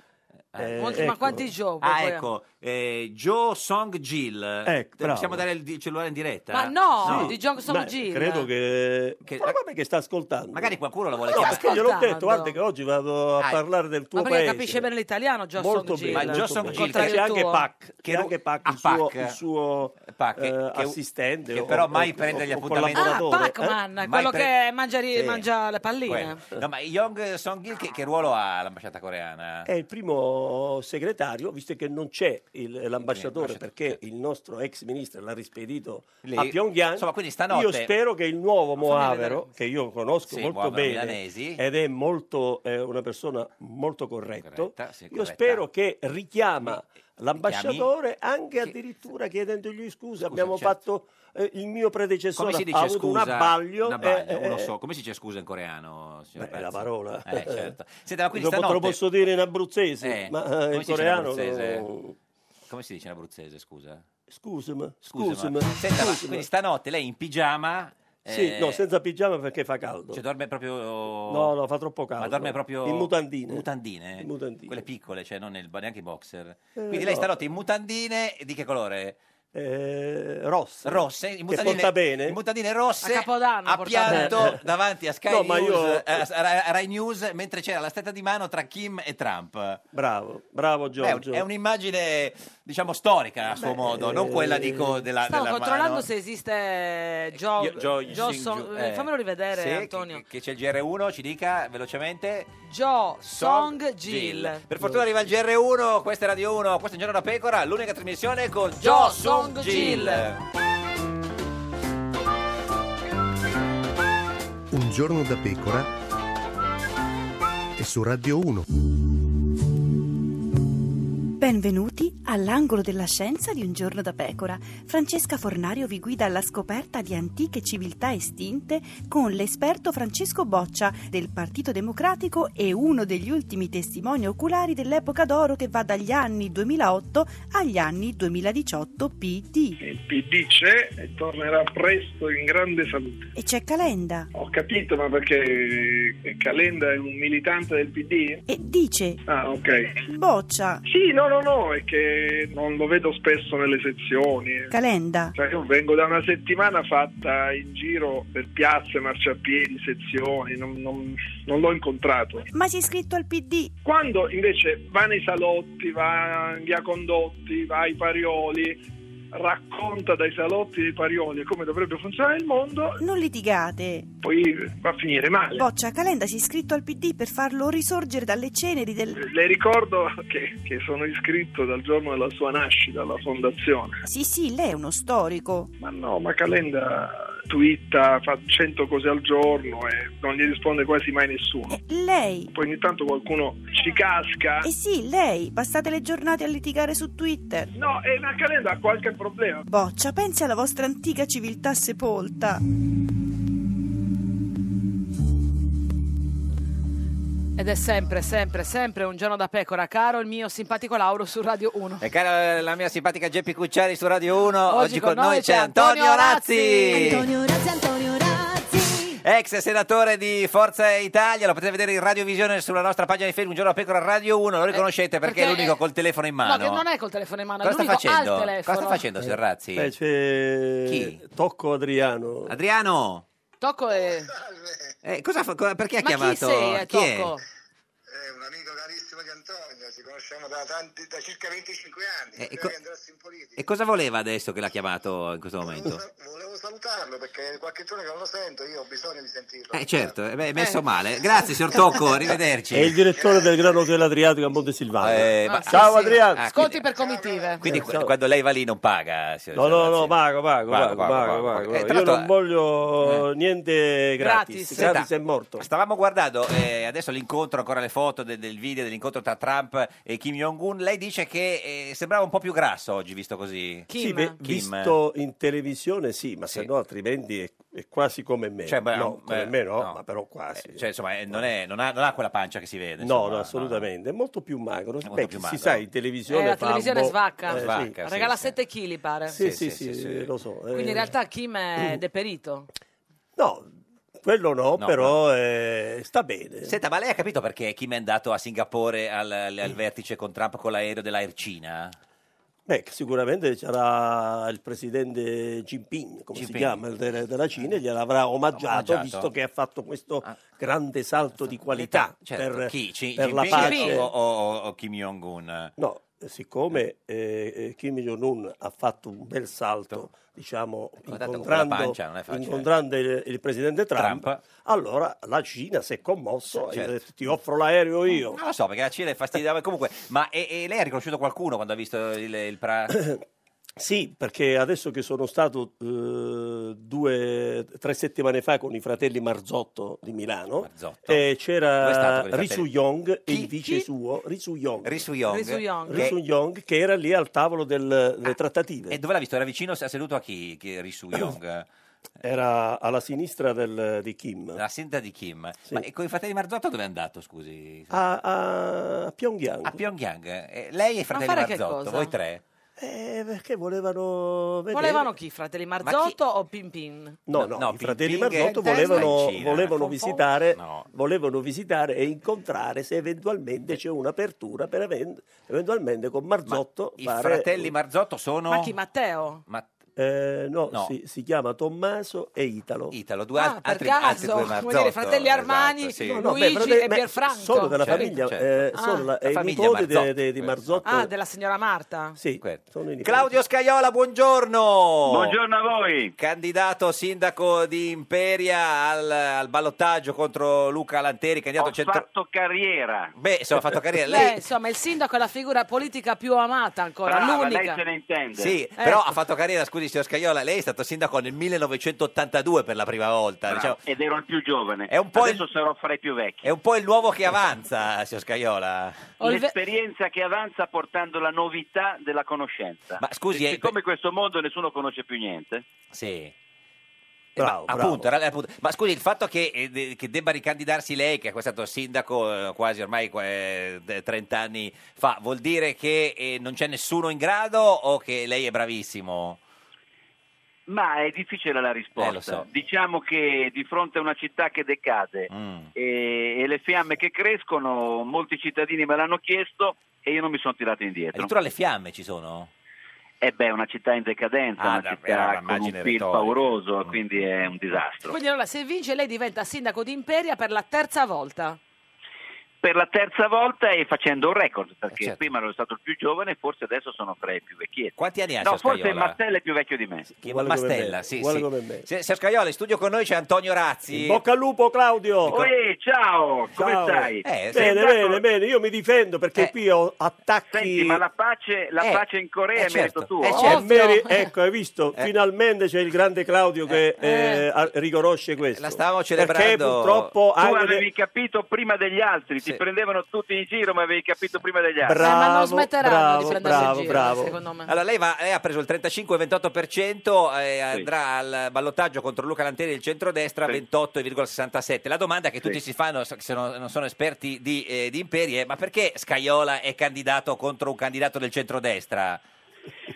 eh, Molti- Ma ecco. quanti Joe? Ah, poi- ecco, eh, Joe Song Gil. Ecco, bravo. Possiamo dare il di- cellulare in diretta? Ma no, Sì. di Jong Song Jin. Eh, credo che, Guarda che sta ascoltando. Magari qualcuno lo vuole No, chiamare. perché gliel'ho detto, Ascoltando. guarda che oggi vado a Ah, parlare del tuo Ma perché paese. capisce bene l'italiano, Joe Molto Song Jin? bene, Ma Joe Song Gil, c'è anche Pac, che che- anche Pac, il ah, suo, Pac. il suo, Pac, che- eh, che- assistente. che o- però o- mai o- prende gli o appuntamenti. Ah, collaboratore, eh? Pac-Man, Mai quello pre- che mangia, ri- Sì. mangia le palline. Quello. Eh. No, ma Young Song Gil che, che ruolo ha l'ambasciata coreana? È il primo segretario, visto che non c'è il- l'ambasciatore perché il nostro ex ministro l'ha rispedito Lì. a Pyongyang. Insomma, quindi stanotte- Io spero che il nuovo fammi vedere. Moavero, che io conosco Sì, molto Moavero bene Milanesi. ed è molto, eh, una persona molto corretto, Corretta, sì, io corretta. spero che richiama l'ambasciatore anche addirittura chiedendogli scusa. Abbiamo fatto eh, il mio predecessore certo. Come si ha dice avuto scusa? un abbaglio. Un abbaglio, eh, eh, uno so. Come si dice scusa in coreano? signor Beh, è la Pezzi? parola. Eh, certo. Senta, ma quindi Dopo te stanotte... lo posso dire in abruzzese, Eh, ma eh, in come si dice in coreano abruzzese? no. Come si dice in abruzzese, scusa? Scusami, Scusa, scusami. ma- Senta, ma scusami. quindi stanotte lei in pigiama... Sì, eh, no, senza pigiama perché fa caldo. Cioè dorme proprio... No, no, fa troppo caldo. Ma dorme proprio... In mutandine. Mutandine? In mutandine. Quelle piccole, cioè non nel, neanche i boxer. Eh, Quindi lei no. stanotte in mutandine di che colore? eh, rosse, Rosse, in che mutandine- porta bene. in mutandine rosse A Capodanno a portate- pianto davanti a Sky Eh, No, ma News, io- eh, a Rai- Rai News mentre c'era la stretta di mano tra Kim e Trump. Bravo, bravo Giorgio. È, un- è un'immagine, diciamo, storica a suo Beh, modo, non eh, quella dico della, Stavo della controllando mano. se esiste eh, Gio, Io- Joe Joe Sing Song- Ju- eh, eh. fammelo rivedere Sì, che- Antonio. Che, c'è il GR1, ci dica velocemente. Joe Song Jill. Gill. Per fortuna arriva il GR1, questa è Radio 1, questo è Un Giorno da Pecora, l'unica trasmissione con Joe Joe Song Song Jill. Jill. Un giorno da pecora e su Radio 1. Benvenuti all'angolo della scienza di un giorno da pecora. Francesca Fornario vi guida alla scoperta di antiche civiltà estinte con l'esperto Francesco Boccia del Partito Democratico e uno degli ultimi testimoni oculari dell'epoca d'oro che va dagli anni 2008 agli anni 2018 PD. PD c'è e tornerà presto in grande salute. E c'è Calenda. Ho capito, ma perché eh, Calenda è un militante del PD? E dice Ah, ok. Boccia, Sì, no, no, no, è che non lo vedo spesso nelle sezioni. Calenda, Cioè, io vengo da una settimana fatta in giro per piazze, marciapiedi, sezioni, non, non- non l'ho incontrato. ma sei iscritto al PD? Quando invece va nei salotti, va in via Condotti, va ai Parioli, racconta dai salotti dei Parioli come dovrebbe funzionare il mondo, Non litigate. poi va a finire male. Boccia, Calenda si è iscritto al PD per farlo risorgere dalle ceneri del... Le ricordo che, che sono iscritto dal giorno della sua nascita alla fondazione. Sì, sì, lei è uno storico. Ma no, ma Calenda twitta, fa 100 cose al giorno e non gli risponde quasi mai nessuno. Eh, Lei, Poi ogni tanto qualcuno ci casca. eh sì, lei, passate le giornate a litigare su Twitter. No, e la Calenda ha qualche problema. Boccia, pensi alla vostra antica civiltà sepolta. Ed è sempre, sempre, sempre un giorno da pecora, caro il mio simpatico Lauro su Radio 1. E cara eh, la mia simpatica Geppi Cucciari su Radio 1, oggi, Oggi con, noi c'è Antonio Razzi. Antonio Razzi, Antonio Razzi. Ex senatore di Forza Italia, lo potete vedere in radiovisione sulla nostra pagina di Facebook, Un giorno da pecora Radio 1, lo riconoscete Eh, perché, perché è l'unico è- col telefono in No, mano. che non è col telefono in mano, Cosa è sta l'unico facendo? al Cosa telefono. sta facendo Serrazzi? Eh, Beh, Eh, c'è Chi? Tocco Adriano. Adriano, Tocco è... eh, cosa fa- co- perché ha Ma chiamato? chi sei, eh, Chi è? Tocco? Eh, e, co- e cosa voleva adesso che l'ha chiamato in questo momento? Volevo salutarlo perché qualche giorno che non lo sento, io ho bisogno di sentirlo. Eh certo, eh, beh, è messo male. Grazie signor Tocco, arrivederci. Eh, È il direttore del Gran Hotel Adriatico a Montesilvano. Ciao ma- Eh, sì, sì. Adriano. Ah, Sconti per comitive. Quindi qu- quando lei va lì non paga? No, signor no, Serrazzi? no, pago, pago, Pago, pago, pago, pago, pago. pago. Eh, tra Io l'altro- Eh. non voglio niente Gratis. gratis. Senta. Gratis è morto. Stavamo guardando eh, adesso l'incontro, ancora le foto de- del video dell'incontro tra Trump e Kim Jong-un. Lei dice che eh, sembrava un po' più grasso oggi, visto così. Sì, beh, visto in televisione sì, ma se no altrimenti è, è quasi come me. Cioè, beh, no, come beh, me no, no. ma però quasi. Eh, Cioè, insomma, eh, non, è- non ha, non ha quella pancia che si vede. No, insomma, no, assolutamente. È molto più magro. molto Beh, più si magro. sa, in Eh, televisione la fa televisione un po'- svacca. eh, sì. Regala 7 kg, pare. Sì, sì, sì, lo so. Quindi eh. in realtà Kim è deperito. No, quello no, No, però eh, sta bene. Senta, ma lei ha capito perché Kim è andato a Singapore al, al- al vertice con Trump con l'aereo dell'Air Cina? Beh, sicuramente c'era il presidente Jinping, come si Jinping. chiama, della, della Cina, e gliel'avrà omaggiato, Omaggiato. Ah. visto che ha fatto questo grande salto di qualità Certo, per, chi? Ci- per la Jinping pace. o, o- o Kim Jong-un? No, siccome eh, eh, Kim Jong-un ha fatto un bel Ecco. salto, diciamo, guardate, Ecco, con incontrando, quella pancia non è facile. incontrando il, il presidente Trump, Trump. allora la Cina si è commosso e Certo. ha detto ti offro l'aereo io. Non lo so, perché la Cina è fastidiosa. Comunque, ma e, e lei ha riconosciuto qualcuno quando ha visto il, il pra- Sì, perché adesso che sono stato eh, due, tre settimane fa con i fratelli Marzotto di Milano, eh, Dove è stato c'era con i fratelli? Risu Yong e il vice suo, Risu Yong. Risu Yong. Risu Yong. Risu Yong, che era lì al tavolo del- delle trattative. Ah, E dove l'ha visto? Era vicino, si è seduto a chi? Che Risu Yong? Era alla sinistra del- di Kim, La sinta di Kim. Ma e con i fratelli Marzotto dove è andato, scusi? a, a Pyongyang. A Pyongyang. Eh, lei e i fratelli fare che Marzotto, cosa? voi tre? Eh, perché volevano vedere... Volevano chi? Fratelli Marzotto o Pimpin? No, no, no, i fratelli Ping Ping Marzotto e Tesla volevano, in Cina. eh, volevano Confondo. visitare, volevano visitare e incontrare se eventualmente c'è un'apertura per even- eventualmente con Marzotto. I eh, fratelli uh. Marzotto sono... Ma chi? Matteo? Eh, no, No. Si, si chiama Tommaso e Italo. Italo, due Ah, al- per altri, altri caso, due vuol dire Marzotto. fratelli Armani, esatto, sì. Luigi e Pierfranco. Sono della Certo, famiglia, certo. eh, Ah. sono la, La è i famiglia nipoti de- Marzotto, de- di Marzotto. Ah, della signora Marta? Sì, sono i nipoti. Claudio Scaiola, buongiorno. Buongiorno a voi. Candidato sindaco di Imperia al, al ballottaggio contro Luca Lanteri, candidato Ho centro... fatto carriera. Beh, insomma, ha fatto carriera. Lei, Lei... Eh, insomma, il sindaco è la figura politica più amata ancora, Brava, lei l'unica. Eh, se ne intende. Sì, Eh. però ha fatto carriera, scusi signor Scaiola, lei è stato sindaco nel 1982 per la prima volta. Bravo. diciamo. Ed ero il più giovane. È un po' Adesso sarò fra i più vecchi. È un po' il nuovo che avanza, signor Scaiola. L'esperienza che avanza portando la novità della conoscenza. Ma scusi, E è- siccome in questo mondo nessuno conosce più niente, Sì. Eh, ma, appunto, era- era appunto. Ma scusi, il fatto che, eh, de- che debba ricandidarsi lei, che è stato sindaco eh, quasi ormai eh, de- 30 anni fa, vuol dire che eh, non c'è nessuno in grado o che lei è bravissimo? ma è difficile la risposta. Eh, lo so. Mm. Diciamo che di fronte a una città che decade e, e le fiamme che crescono, molti cittadini me l'hanno chiesto e io non mi sono tirato indietro. Addirittura le fiamme ci sono? Eh beh, è una città in decadenza, Ah, una da- era città con un un'immagine PIL retorica. Mm. pauroso, quindi è un disastro. Quindi allora, se vince, lei diventa sindaco di Imperia per la terza volta. Per la terza volta e facendo un record, Eh, perché certo. prima ero stato il più giovane e forse adesso sono fra i più vecchietti. Quanti anni ha, No, signor forse Scajola? Martella è più vecchio di me. Uguale come Mastella, me, sì, uguale sì. come me. Se- Signor Scaiola, in studio con noi c'è Antonio Razzi. In bocca al lupo, Claudio! Ecco. Uè, ciao, Eh, come Ciao. stai? Eh, bene, Sei andato- bene, bene, io mi difendo perché qui ho attacchi... Eh. Senti, ma la pace, la Eh, pace in Corea è merito tuo? Eh, certo. Mary, ecco, hai visto? Eh. Finalmente c'è il grande Claudio che eh, a- riconosce questo. La stavamo Perché purtroppo tu anche avevi capito prima degli altri, ti prendevano tutti in giro, ma avevi capito prima degli altri. Bravo, Eh, ma non smetteranno di bravo, prendersi in bravo, giro, bravo. secondo me. Allora, lei, va- lei ha preso il 35-28% e eh, andrà al ballottaggio contro Luca Lantieri del centrodestra 28,67%. La domanda che tutti si fanno, so- che se non non sono esperti di, eh, di imperi, è ma perché Scaiola è candidato contro un candidato del centrodestra?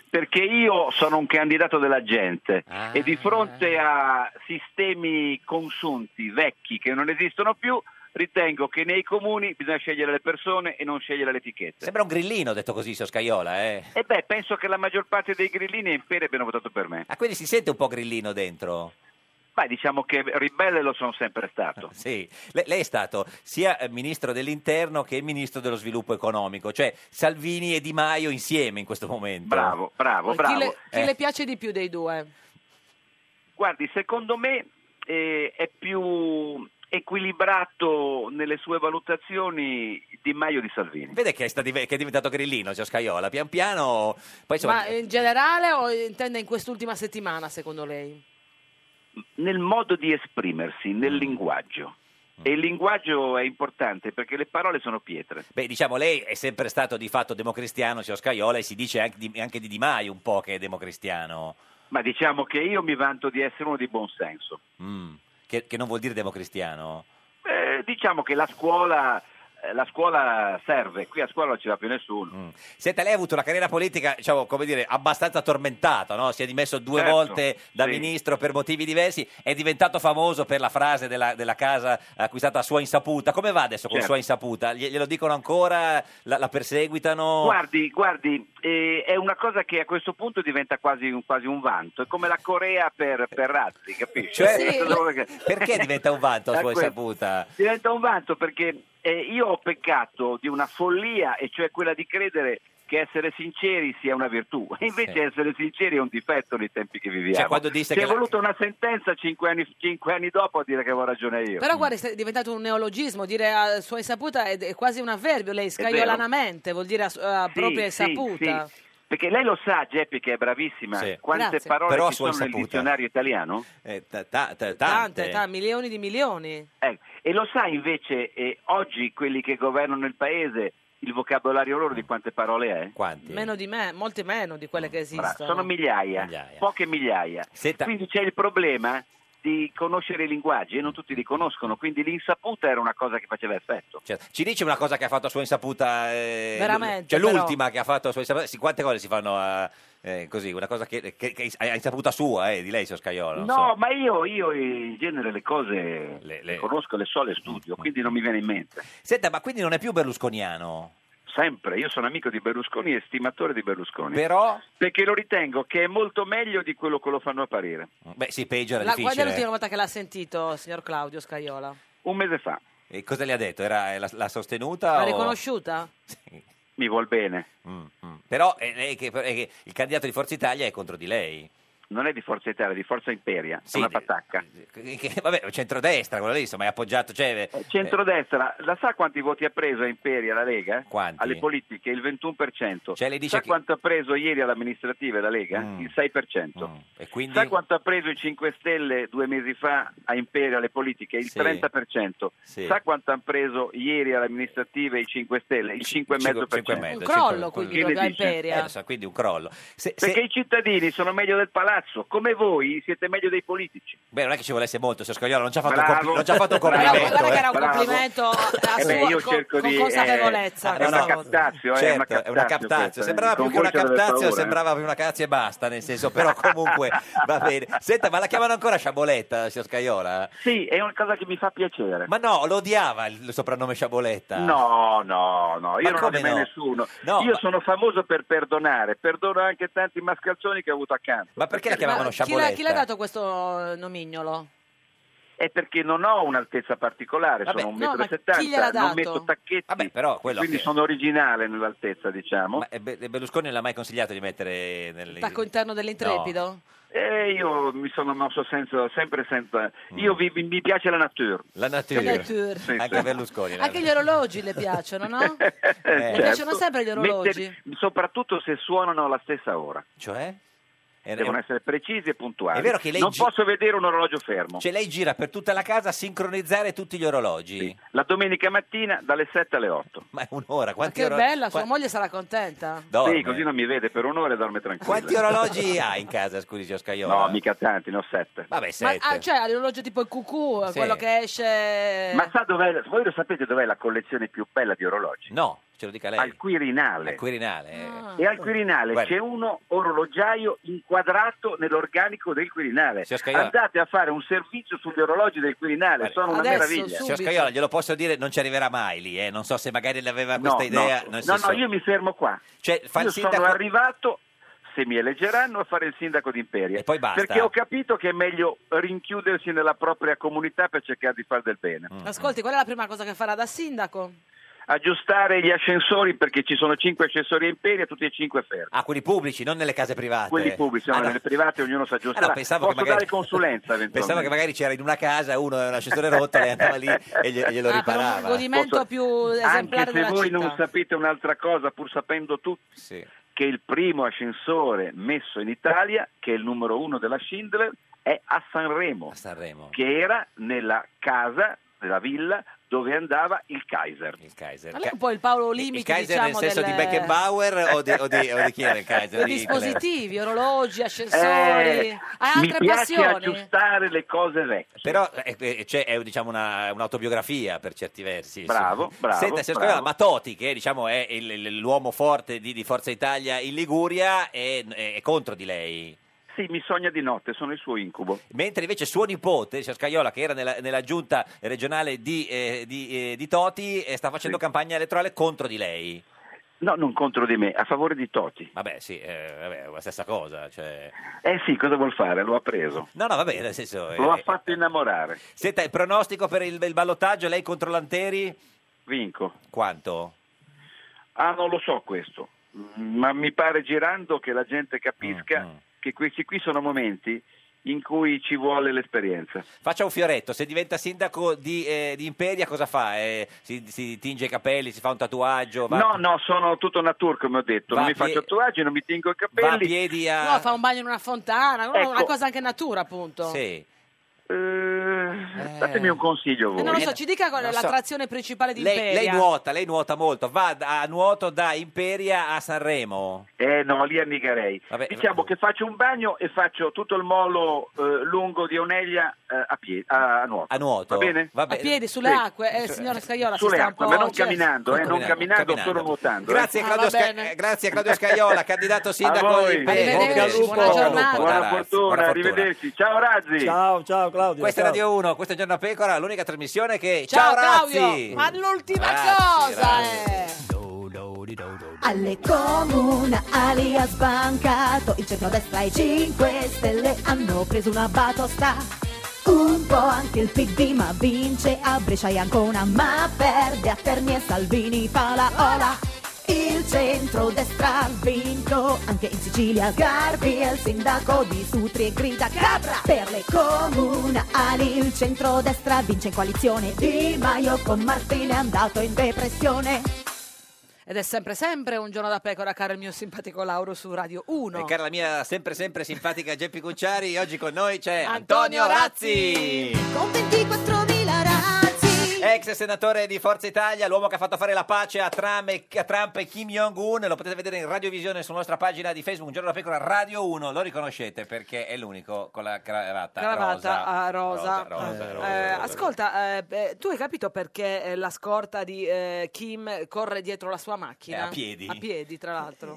Perché io sono un candidato della gente e di fronte a sistemi consunti, vecchi, che non esistono più, ritengo che nei comuni bisogna scegliere le persone e non scegliere le etichette. Sembra un grillino detto così, signor Scaiola. Eh. E beh, penso che la maggior parte dei grillini e imperi abbiano votato per me. Ah, quindi si sente un po' grillino dentro? Ma diciamo che ribelle lo sono sempre stato. Sì, Le- lei è stato sia eh, ministro dell'interno che ministro dello sviluppo economico, cioè Salvini e Di Maio insieme in questo momento. Bravo, bravo, Chi, le, chi Eh. le piace di più dei due? Guardi, secondo me eh, è più equilibrato nelle sue valutazioni Di Maio di Salvini. Vede che è, sta- che è diventato grillino, cioè Scaiola, pian piano... Poi, insomma, Ma eh, in generale o intende in quest'ultima settimana, secondo lei? nel modo di esprimersi, nel linguaggio. E il linguaggio è importante perché le parole sono pietre. Beh, diciamo, lei è sempre stato di fatto democristiano, signor Scaiola, e si dice anche di, anche di Di Maio un po' che è democristiano, Ma diciamo che io mi vanto di essere uno di buon senso. Mm, che, che non vuol dire democristiano. Eh, diciamo che la scuola, eh, la scuola serve, qui a scuola non ci va più nessuno. Mm. Senta, lei ha avuto una carriera politica, diciamo, come dire, abbastanza tormentata, no? Si è dimesso due Certo, volte da sì. ministro per motivi diversi, è diventato famoso per la frase della, della casa acquistata a sua insaputa. Come va adesso con Certo. sua insaputa? Glie- Glielo dicono ancora? La, la perseguitano? Guardi, guardi eh, è una cosa che a questo punto diventa quasi un, quasi un vanto, è come la Corea per, per Razzi, capisci? Cioè, Eh, solo che- perché diventa un vanto a Da sua questo. insaputa? Diventa un vanto perché eh, io ho peccato di una follia, e cioè quella di credere che essere sinceri sia una virtù. Invece Sì. essere sinceri è un difetto nei tempi che viviamo. Cioè, quando disse Ci che è la- voluta una sentenza cinque anni, cinque anni dopo a dire che avevo ragione io. Però guarda, è diventato un neologismo, dire a sua insaputa è, è quasi un avverbio, lei scaiolanamente vuol dire a, su- a Sì, propria sì, insaputa. sì. Perché lei lo sa, Geppi, che è bravissima, quante Grazie. parole Però a ci sua sono nel insaputa. dizionario italiano? Eh, tante. Tante, ta- milioni di milioni. Ecco, E lo sa invece eh, oggi quelli che governano il paese il vocabolario loro di quante parole è? Quanti? Meno di me, molte meno di quelle che esistono. Sono migliaia, poche migliaia. Quindi c'è il problema di conoscere i linguaggi e non tutti li conoscono, quindi l'insaputa era una cosa che faceva effetto. Certo. Ci dice una cosa che ha fatto a sua insaputa. eh, Veramente, Cioè però. l'ultima che ha fatto a sua insaputa. Sì, quante cose si fanno a- eh, così? Una cosa che, che, che a insaputa sua, eh, di lei, signor Scaiola. non No, ma io, io in genere le cose le, conosco, le so, le studio, quindi non mi viene in mente. so. Mm. Senta, ma quindi non è più berlusconiano? Sempre, io sono amico di Berlusconi e stimatore di Berlusconi. Però? Perché lo ritengo che è molto meglio di quello che lo fanno apparire. Beh, sì, peggio era La, quando è difficile. l'ultima volta che l'ha sentito, signor Claudio Scaiola? Un mese fa. E cosa le ha detto? Era, eh, l'ha, l'ha sostenuta? L'ha o- Mm, riconosciuta? Oh. Mi vuol bene. Però è lei che, è che il candidato di Forza Italia è contro di lei. Non è di Forza Italia, è di Forza Imperia, Sì, è una di- patacca. Che, vabbè, centrodestra, quello lì, insomma, è appoggiato. Cioè, eh, Centrodestra, la sa quanti voti ha preso a Imperia la Lega? Quanti? Alle politiche il 21%. Cioè, lei dice sa che- Mm. quanto ha preso ieri all'amministrativa la Lega? Il 6%. eh, e quindi... Sa quanto ha preso i 5 Stelle due mesi fa a Imperia alle politiche? Il Sì. 30%. Sì. Certo. Sa quanto hanno preso ieri all'amministrativa i 5 Stelle? Il 5,5%. Un crollo, quindi, Che ne proprio a dice? Imperia. Eh, lo so, quindi un crollo. Perché i cittadini sono meglio del palazzo, come voi siete meglio dei politici. Beh, non è che ci volesse molto, signor Scagliolo, non ci ha fatto, un, Bravo. compli- non ci ha fatto un Bravo, complimento. guarda che era eh. un Bravo. complimento a Eh beh, sua- io con- cerco con di- consapevolezza. eh, è una captazio, eh, Certo, è una è una captazio captazio. questa, Sembrava eh. più Con che voi una c'è da aver captazio, paura, eh. sembrava più una cazia e basta, nel senso, però comunque va bene. Senta, ma la chiamano ancora Sciaboletta, signor Scaiola? Sì, è una cosa che mi fa piacere. Ma no, lo odiava il soprannome Sciaboletta. No, no, no, io Ma non ho come mai no? nessuno. No, io ma- sono famoso per perdonare, perdono anche tanti mascalzoni che ho avuto accanto. Ma perché la chiamavano Chi l'ha, chi l'ha Sciaboletta? dato questo nomignolo? È perché non ho un'altezza particolare, Vabbè, sono 1,70 no, m, ma chi gliel'ha non dato? metto tacchetti, quindi che- sono originale nell'altezza, diciamo. Ma eh, Be- Berlusconi non l'ha mai consigliato di mettere nel... Tacco interno dell'intrepido? E io mi sono mosso senza, sempre senza... Io vi- mi- mi piace la nature. Mm. La La nature. nature. Anche a Berlusconi. la- Anche gli orologi le piacciono, no? Le certo. piacciono sempre gli orologi. Mettere- soprattutto se suonano alla stessa ora. Cioè? eh, Devono essere precisi e puntuali. È vero che lei non gi- posso vedere un orologio fermo. Cioè lei gira per tutta la casa a sincronizzare tutti gli orologi. La domenica mattina dalle 7 alle 8. Ma è un'ora, quanti Che orologi? bella, sua moglie sarà contenta. Dorme. Sì, così non mi vede per un'ora e dorme tranquillo. Quanti orologi ha in casa, scusi, signor Scaiola? No, mica tanti, ne ho sette. Vabbè, Ma sette. ah, cioè, ha l'orologio tipo il cucù, Sì. quello che esce... Ma sa dov'è, la- voi lo sapete dov'è la collezione più bella di orologi? No, ce lo dica lei. Al Quirinale. Al Quirinale. E al Quirinale Guarda. c'è uno orologiaio inquadrato nell'organico del Quirinale. Signor Scaiola. Andate a fare un servizio sugli orologi del Quirinale, sono una meraviglia. Signor Scaiola, glielo posso dire, non ci arriverà mai lì, eh. Non so se magari l'aveva No, questa idea. no, no, nel senso- no, io mi fermo qua. Cioè, fa il io sindaco... sono arrivato, se mi eleggeranno, a fare il sindaco d'Imperia. E poi basta. Perché ho capito che è meglio rinchiudersi nella propria comunità per cercare di fare del bene. Mm. Mm. Ascolti, qual è la prima cosa che farà da sindaco? Aggiustare gli ascensori perché ci sono cinque ascensori a Imperia, tutti e cinque fermi. Ah, quelli pubblici, non nelle case private. Quelli pubblici, Ah, no, no. nelle private ognuno si Ah, aggiusterà. no, pensavo Posso che magari... dare consulenza eventualmente. Pensavo che magari c'era in una casa uno un ascensore rotto, lei andava lì e, gli- e glielo Ah, per un riparava. godimento più esemplare Anche se della voi città. non sapete un'altra cosa, pur sapendo tutti, che il primo ascensore messo in Italia, che è il numero uno della Schindler, è a Sanremo, Sanremo. che era nella casa, nella villa, dove andava il Kaiser. Il Kaiser. Ma lei è un po' il Paolo Limiti, Il Kaiser diciamo, nel senso del- di Beckenbauer Eh, o di, o di- o di chi era il dei Kaiser? Di- dispositivi, orologi, ascensori, Eh, ha altre mi piace passioni. aggiustare le cose vecchie. Però eh, eh, c'è, è diciamo una- un'autobiografia per certi versi. Bravo, Sì. bravo, Senta, signor bravo. Scaiola, ma Toti, che diciamo, è il- il- l'uomo forte di, di Forza Italia in Liguria, è, è contro di lei. Sì, mi sogna di notte, sono il suo incubo. Mentre invece suo nipote, signor Scaiola, che era nella, nella giunta regionale di, eh, di, eh, di Toti, eh, sta facendo campagna elettorale contro di lei. No, non contro di me, a favore di Toti. Vabbè, sì, eh, vabbè, è la stessa cosa. Cioè... Eh sì, cosa vuol fare? Lo ha preso. No, no, vabbè, nel senso... eh, Lo ha fatto innamorare. Senta, il pronostico per il, il ballottaggio, lei contro Lanteri? Vinco. Quanto? Ah, non lo so questo, ma mi pare girando che la gente capisca Mm, che questi qui sono momenti in cui ci vuole l'esperienza. Faccia un fioretto, se diventa sindaco di, eh, di Imperia cosa fa? Eh, si, si tinge i capelli, si fa un tatuaggio? Va, No, no, sono tutto natur, come ho detto, Va non mi pie- faccio tatuaggi, non mi tingo i va a capelli. piedi a... No, fa un bagno in una fontana, no, Ecco. una cosa anche natura, appunto. Sì. eh, Eh. Datemi un consiglio voi. Eh, non lo so, ci dica qual è Non la so. trazione principale di Lei, Imperia. lei nuota, lei nuota molto. Va da- a nuoto da Imperia a Sanremo. Eh no, lì annegherei. Diciamo che faccio un bagno e faccio tutto il molo eh, lungo di Oneglia eh, a, pie- a, a nuoto. A nuoto. Va bene? A piedi, sulle Sì. acque, eh, signora Scaiola, Sulle si sta un acque, po', Ah, ma non cioè- camminando, eh, non camminando, solo nuotando. eh. Grazie, Claudio Sca- eh, grazie Claudio Scaiola, candidato A sindaco voi. di Imperia. Arrivederci, Bocca al lupo, buona bocca al lupo, giornata. Buona ragazzi, fortuna, arrivederci. Ciao Razzi. Ciao, ciao Claudio. Questa è ciao. Radio 1, questo è Giorno da Pecora, l'unica trasmissione che... Ciao, Razzi! Claudio! Ma l'ultima Grazie, cosa eh. grazie. è... Alle comuna Ali ha sbancato Il centrodestra e i 5 stelle hanno preso una batosta Un po' anche il PD ma vince a Brescia e Ancona Ma perde a Terni e Salvini fa la ola Il centrodestra ha vinto anche in Sicilia Sgarbi è il sindaco di Sutri e grida capra Per le comuna Ali il centrodestra vince in coalizione Di Maio con Martini è andato in depressione Ed è sempre sempre un giorno da pecora, caro il mio simpatico Lauro su Radio 1. E Eh, cara la mia sempre sempre simpatica Geppi Cucciari, oggi con noi c'è Antonio Antonio Razzi, Con 24.000 razzi ex senatore di Forza Italia, l'uomo che ha fatto fare la pace a Trump e, a Trump e Kim Jong-un, lo potete vedere in radiovisione sulla nostra pagina di Facebook, un giorno da pecora Radio 1, lo riconoscete perché è l'unico con la cravatta, Cravatta rosa. a rosa. rosa, Eh, rosa, eh, rosa. Ascolta, eh, beh, tu hai capito perché eh, la scorta di eh, Kim corre dietro la sua macchina? Eh, a piedi. A piedi, tra l'altro.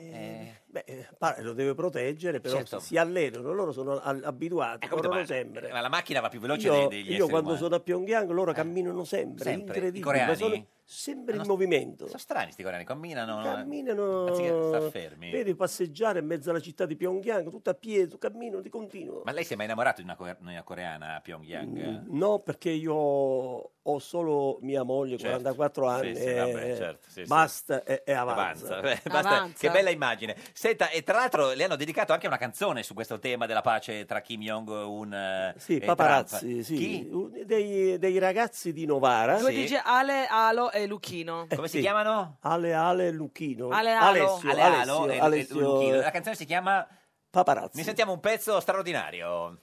Beh, eh, pare lo deve proteggere, però Certo. Ecco si allenano, loro sono al- abituati, Capito, corrono ma, sempre. ma la macchina va più veloce Io, de- degli io esseri quando umani. Eh. sono a Pyongyang loro camminano sempre, Sempre. I incredibile, coreani? ma sono sempre in movimento. Sono strani sti coreani, camminano... Eh, anziché Camminano, star fermi. vedi passeggiare in mezzo alla città di Pyongyang, tutta a piedi, camminano di continuo. Ma lei si è mai innamorato di una, core- di una coreana a Pyongyang? No, perché io ho solo mia moglie, Certo. 44 anni, Sì, sì, e vabbè, certo, sì, sì. basta e, e avanza. Beh, basta. Che bella immagine. Senta, e tra l'altro le hanno dedicato anche una canzone su questo tema della pace tra Kim Jong-un eh, Sì, e paparazzi, Trump. sì. Chi? Un- Dei, dei ragazzi di Eh, Novara. Due dice Ale, Alo e Luchino. Eh, ah, sì. Ale Ale Luchino. Ale Alo. Alessio, Ale Alessio, Alo e- e Alessio, Luchino. La canzone si chiama... Paparazzi. Ne sentiamo un pezzo straordinario.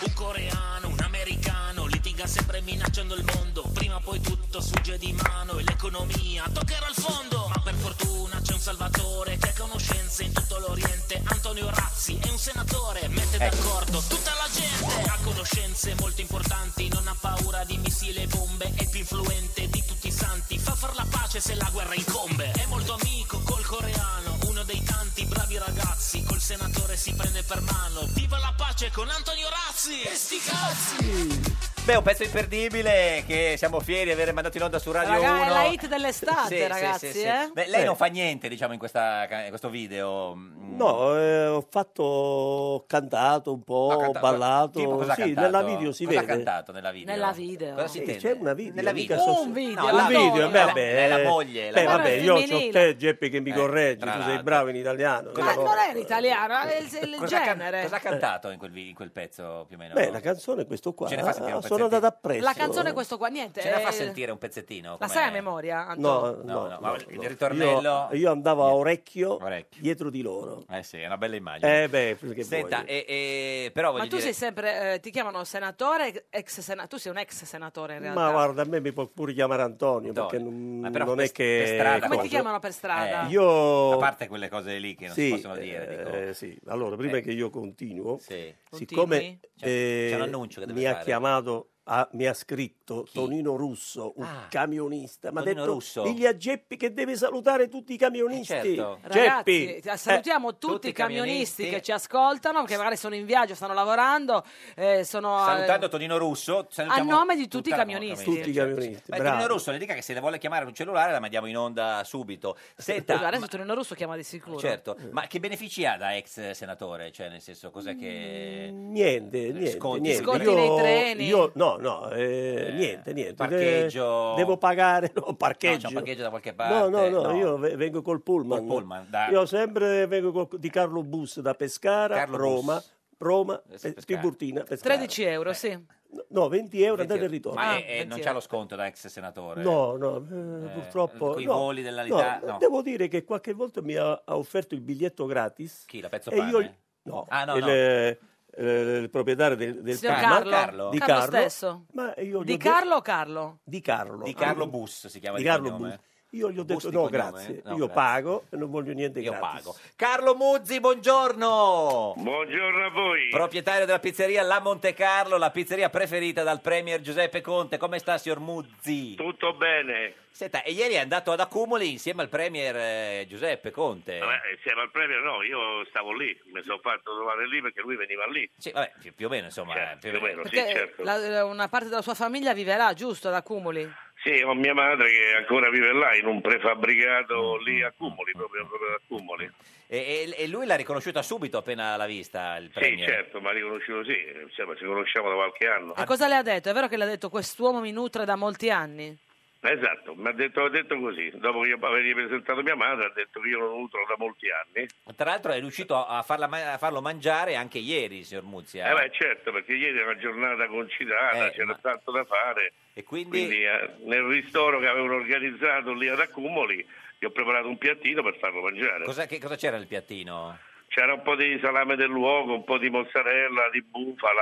Un coreano, un americano, litiga sempre minacciando il mondo. Prima o poi tutto sfugge di mano e l'economia toccherà il fondo. Ma per fortuna c'è un salvatore che ha conoscenze in tutto l'Oriente. Antonio Razzi è un senatore, mette Ecco. d'accordo tutta la gente. Ha conoscenze molto importanti, non ha paura di missili e bombe. È più influente di tutti i santi, fa far la pace se la guerra incombe. È molto amico col coreano, uno dei tanti bravi ragazzi. Col senatore si prende per mano. Viva la pace con Antonio Razzi! E sti cazzi! Beh, un pezzo imperdibile che siamo fieri di aver mandato in onda su Radio Raga, 1. è la hit dell'estate, Sì, sì, ragazzi. sì, sì. eh? Beh, lei Sì. non fa niente, diciamo, in, questa ca- in questo video. Mm. No, eh, ho fatto, ho cantato un po', ho Canta- ballato. Tipo, cosa ha sì, cantato? nella video si Cosa vede. ha cantato nella video? Nella video. Cosa si Sì, intende? c'è una video. Nella mica video. so- Un video, un Antonio. video, È la- beh, beh, è la moglie, la beh, moglie. Eh, vabbè, io ho Femminile. te, Geppi, che mi correggi. Tu sei bravo in italiano. Ma io no. non era italiano, è il, il Cosa ha can- genere. Cosa ha cantato in quel, vi- in quel pezzo più o meno? Eh. Beh, la canzone è questo qua. ah, Ce ne fa sentire un sono pezzettino. andata appresso. La canzone è questo qua, niente. Ce la fa eh, sentire un pezzettino? La com'è? sai a memoria, Antonio? No, no, No, no, ma no, il no. ritornello- Io, io andavo a orecchio, dietro di loro. Eh sì, è una bella immagine. Eh beh, perché Senta, vuoi? e, e- però voglio Ma tu dire... sei sempre, eh, ti chiamano senatore, ex senatore, tu sei un ex senatore in realtà. Ma guarda, a me mi può pure chiamare Antonio, Antonio. perché non, Ma però non per- è che... per strada- Come ti cosa. chiamano per strada? Eh, io... A parte quelle cose lì che non si Sì, possono dire, dico. eh, sì. Allora, prima Eh. che io continuo, Continui? siccome C'è- eh, c'è un annuncio che deve mi ha fare. chiamato, ha- mi ha scritto Tonino Russo, un Ah. camionista, mi ha Tonino detto Russo? digli a Geppi che deve salutare tutti i camionisti. Eh, certo. Geppi! eh, Ragazzi, ti- eh, salutiamo tutti, tutti i i camionisti, camionisti. che ci ascoltano, che magari sono in viaggio, stanno lavorando, eh, sono eh, Salutando Tonino Russo, salutiamo a nome di tutti tutta i la- camionisti. Tutti i certo. camionisti, Beh, eh, bravo. Tonino Russo le dica che se le vuole chiamare un cellulare la mandiamo in onda subito. Senta, Guarda, adesso Tonino Russo chiama di sicuro. certo, Eh. ma che benefici ha da ex senatore? Cioè, nel senso, cos'è che... Niente, niente, Eh, Sconti, niente. sconti io, nei treni? io- no, no, eh, niente, niente. parcheggio? De- Devo pagare, no, No, parcheggio. c'è un parcheggio da qualche parte? No, no, no, io ve- vengo col pullman. Col pullman, da- Io sempre vengo col- di Carlo Bus da Pescara, Carlo Roma, Bus. Roma, Eh, Pe- Pescara. Tiburtina, Pescara. 13 euro, sì. Ah, No, 20 euro andate e 20 ritorno. Eh, Ma eh, eh, non c'ha lo sconto da ex senatore? No, no, eh, Eh, purtroppo. coi no, voli dell'Alitalia, no. Devo dire che qualche volta mi ha, ha offerto il biglietto gratis. Chi, la pezzo e io, pane? no, Ah, no, il, no. eh, eh, il proprietario del, del Signor Parma, Carlo, Carlo. di Carlo Carlo, stesso. io gli di ho de- Carlo o Carlo? di Carlo. Di Carlo Bus si chiama Di di Carlo cognome. Bus. Io gli ho Bus detto di no, cognome, grazie. eh? Io No, grazie. pago e non voglio niente Io gratis. pago. Carlo Muzzi, buongiorno. Buongiorno a voi. Proprietario della pizzeria La Monte Carlo, la pizzeria preferita dal Premier Giuseppe Conte. Come sta, signor Muzzi? Tutto bene. Senta, e ieri è andato ad Accumuli insieme al Premier eh, Giuseppe Conte. Vabbè, insieme al premio no, io stavo lì, mi sono fatto trovare lì perché lui veniva lì. Sì, vabbè, più, più o meno, insomma. eh, più o più o meno. meno, sì, Perché certo. la- la- una parte della sua famiglia viverà, giusto, ad Accumuli? Sì, ho mia madre che ancora vive là in un prefabbricato Mm, lì a Cumoli, proprio, proprio a Cumoli. E, e- e lui l'ha riconosciuta subito appena l'ha vista il Sì, Premier. certo, ma riconosciuto sì, insomma, ci conosciamo da qualche anno. Ah. E cosa le ha detto? È vero che le ha detto quest'uomo mi nutre da molti anni? Esatto, mi ha detto, ha detto così, dopo che io avevo presentato mia madre ha detto che io lo nutro da molti anni. Tra l'altro è riuscito a, farla ma- a farlo mangiare anche ieri, signor Muzzi. Eh beh, certo, perché ieri era una giornata concitata, c'era tanto da fare. Eh, E quindi? eh, nel ristoro che avevano organizzato lì ad Accumoli, gli ho preparato un piattino per farlo mangiare. Cosa, che cosa c'era nel piattino? C'era un po' di salame del luogo, un po' di mozzarella, di bufala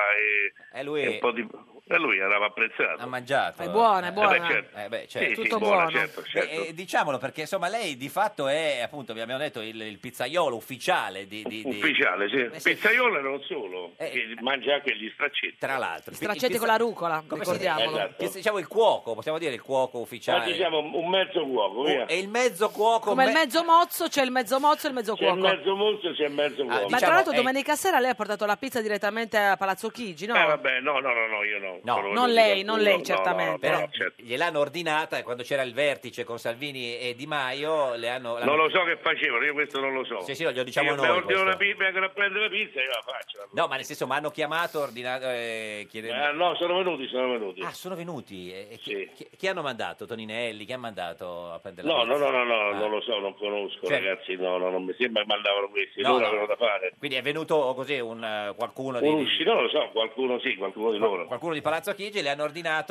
e, E lui- Ah, e un po' di... E lui aveva apprezzato. Ha mangiato. È buona, è Eh, buona. beh, certo. Eh, beh, certo. Sì, sì, Tutto buona, buono. certo, certo. Beh, eh, diciamolo perché insomma lei di fatto è appunto vi abbiamo detto il, il pizzaiolo ufficiale di, di- di- Ufficiale, sì. Eh, sì. Pizzaiola non solo, che mangia anche gli straccetti. Tra l'altro. Il pi- il Straccetti pizza- con la rucola, come si- ricordiamolo. Esatto. pizza- diciamo il cuoco, possiamo dire il cuoco ufficiale. Ma diciamo un mezzo cuoco, via. e il mezzo cuoco Come il me- mezzo mozzo, c'è il mezzo mozzo e il mezzo C'è cuoco. mezzo mozzo, Diciamo, eh, c'è mezzo Ah, cuoco. diciamo, Ma tra eh, l'altro domenica sera lei ha portato la pizza direttamente a Palazzo Chigi, no? Eh vabbè, no, no, no, no, io no. Sono non venuto lei, da non Cuba, lei, no, certamente. no, Però no, certo. Eh, gliel'hanno ordinata e quando c'era il vertice con Salvini e Di Maio le hanno... l'hanno- Non lo so che facevano, io questo non lo so. Sì, sì, lo diciamo Io noi, Mi ordino questo. una pizza, vengo a prendere la pizza e io la faccio. No, ma nel senso, ma hanno chiamato, ordinato, eh, chiedendo... Eh, no, sono venuti, sono venuti. Ah, sono venuti? E- e chi, chi- chi hanno mandato? Toninelli? Chi ha mandato a prendere No, la no, pizza? no, no, no, Ah. non lo so, non conosco, Certo. ragazzi, no, no, non mi sembra che mandavano questi, No, loro no. avevano da fare. Quindi è venuto così un, eh, qualcuno di... Un di- usci- non lo so, qualcuno sì, qualcuno di loro. Qualcuno di Palazzo Chigi le hanno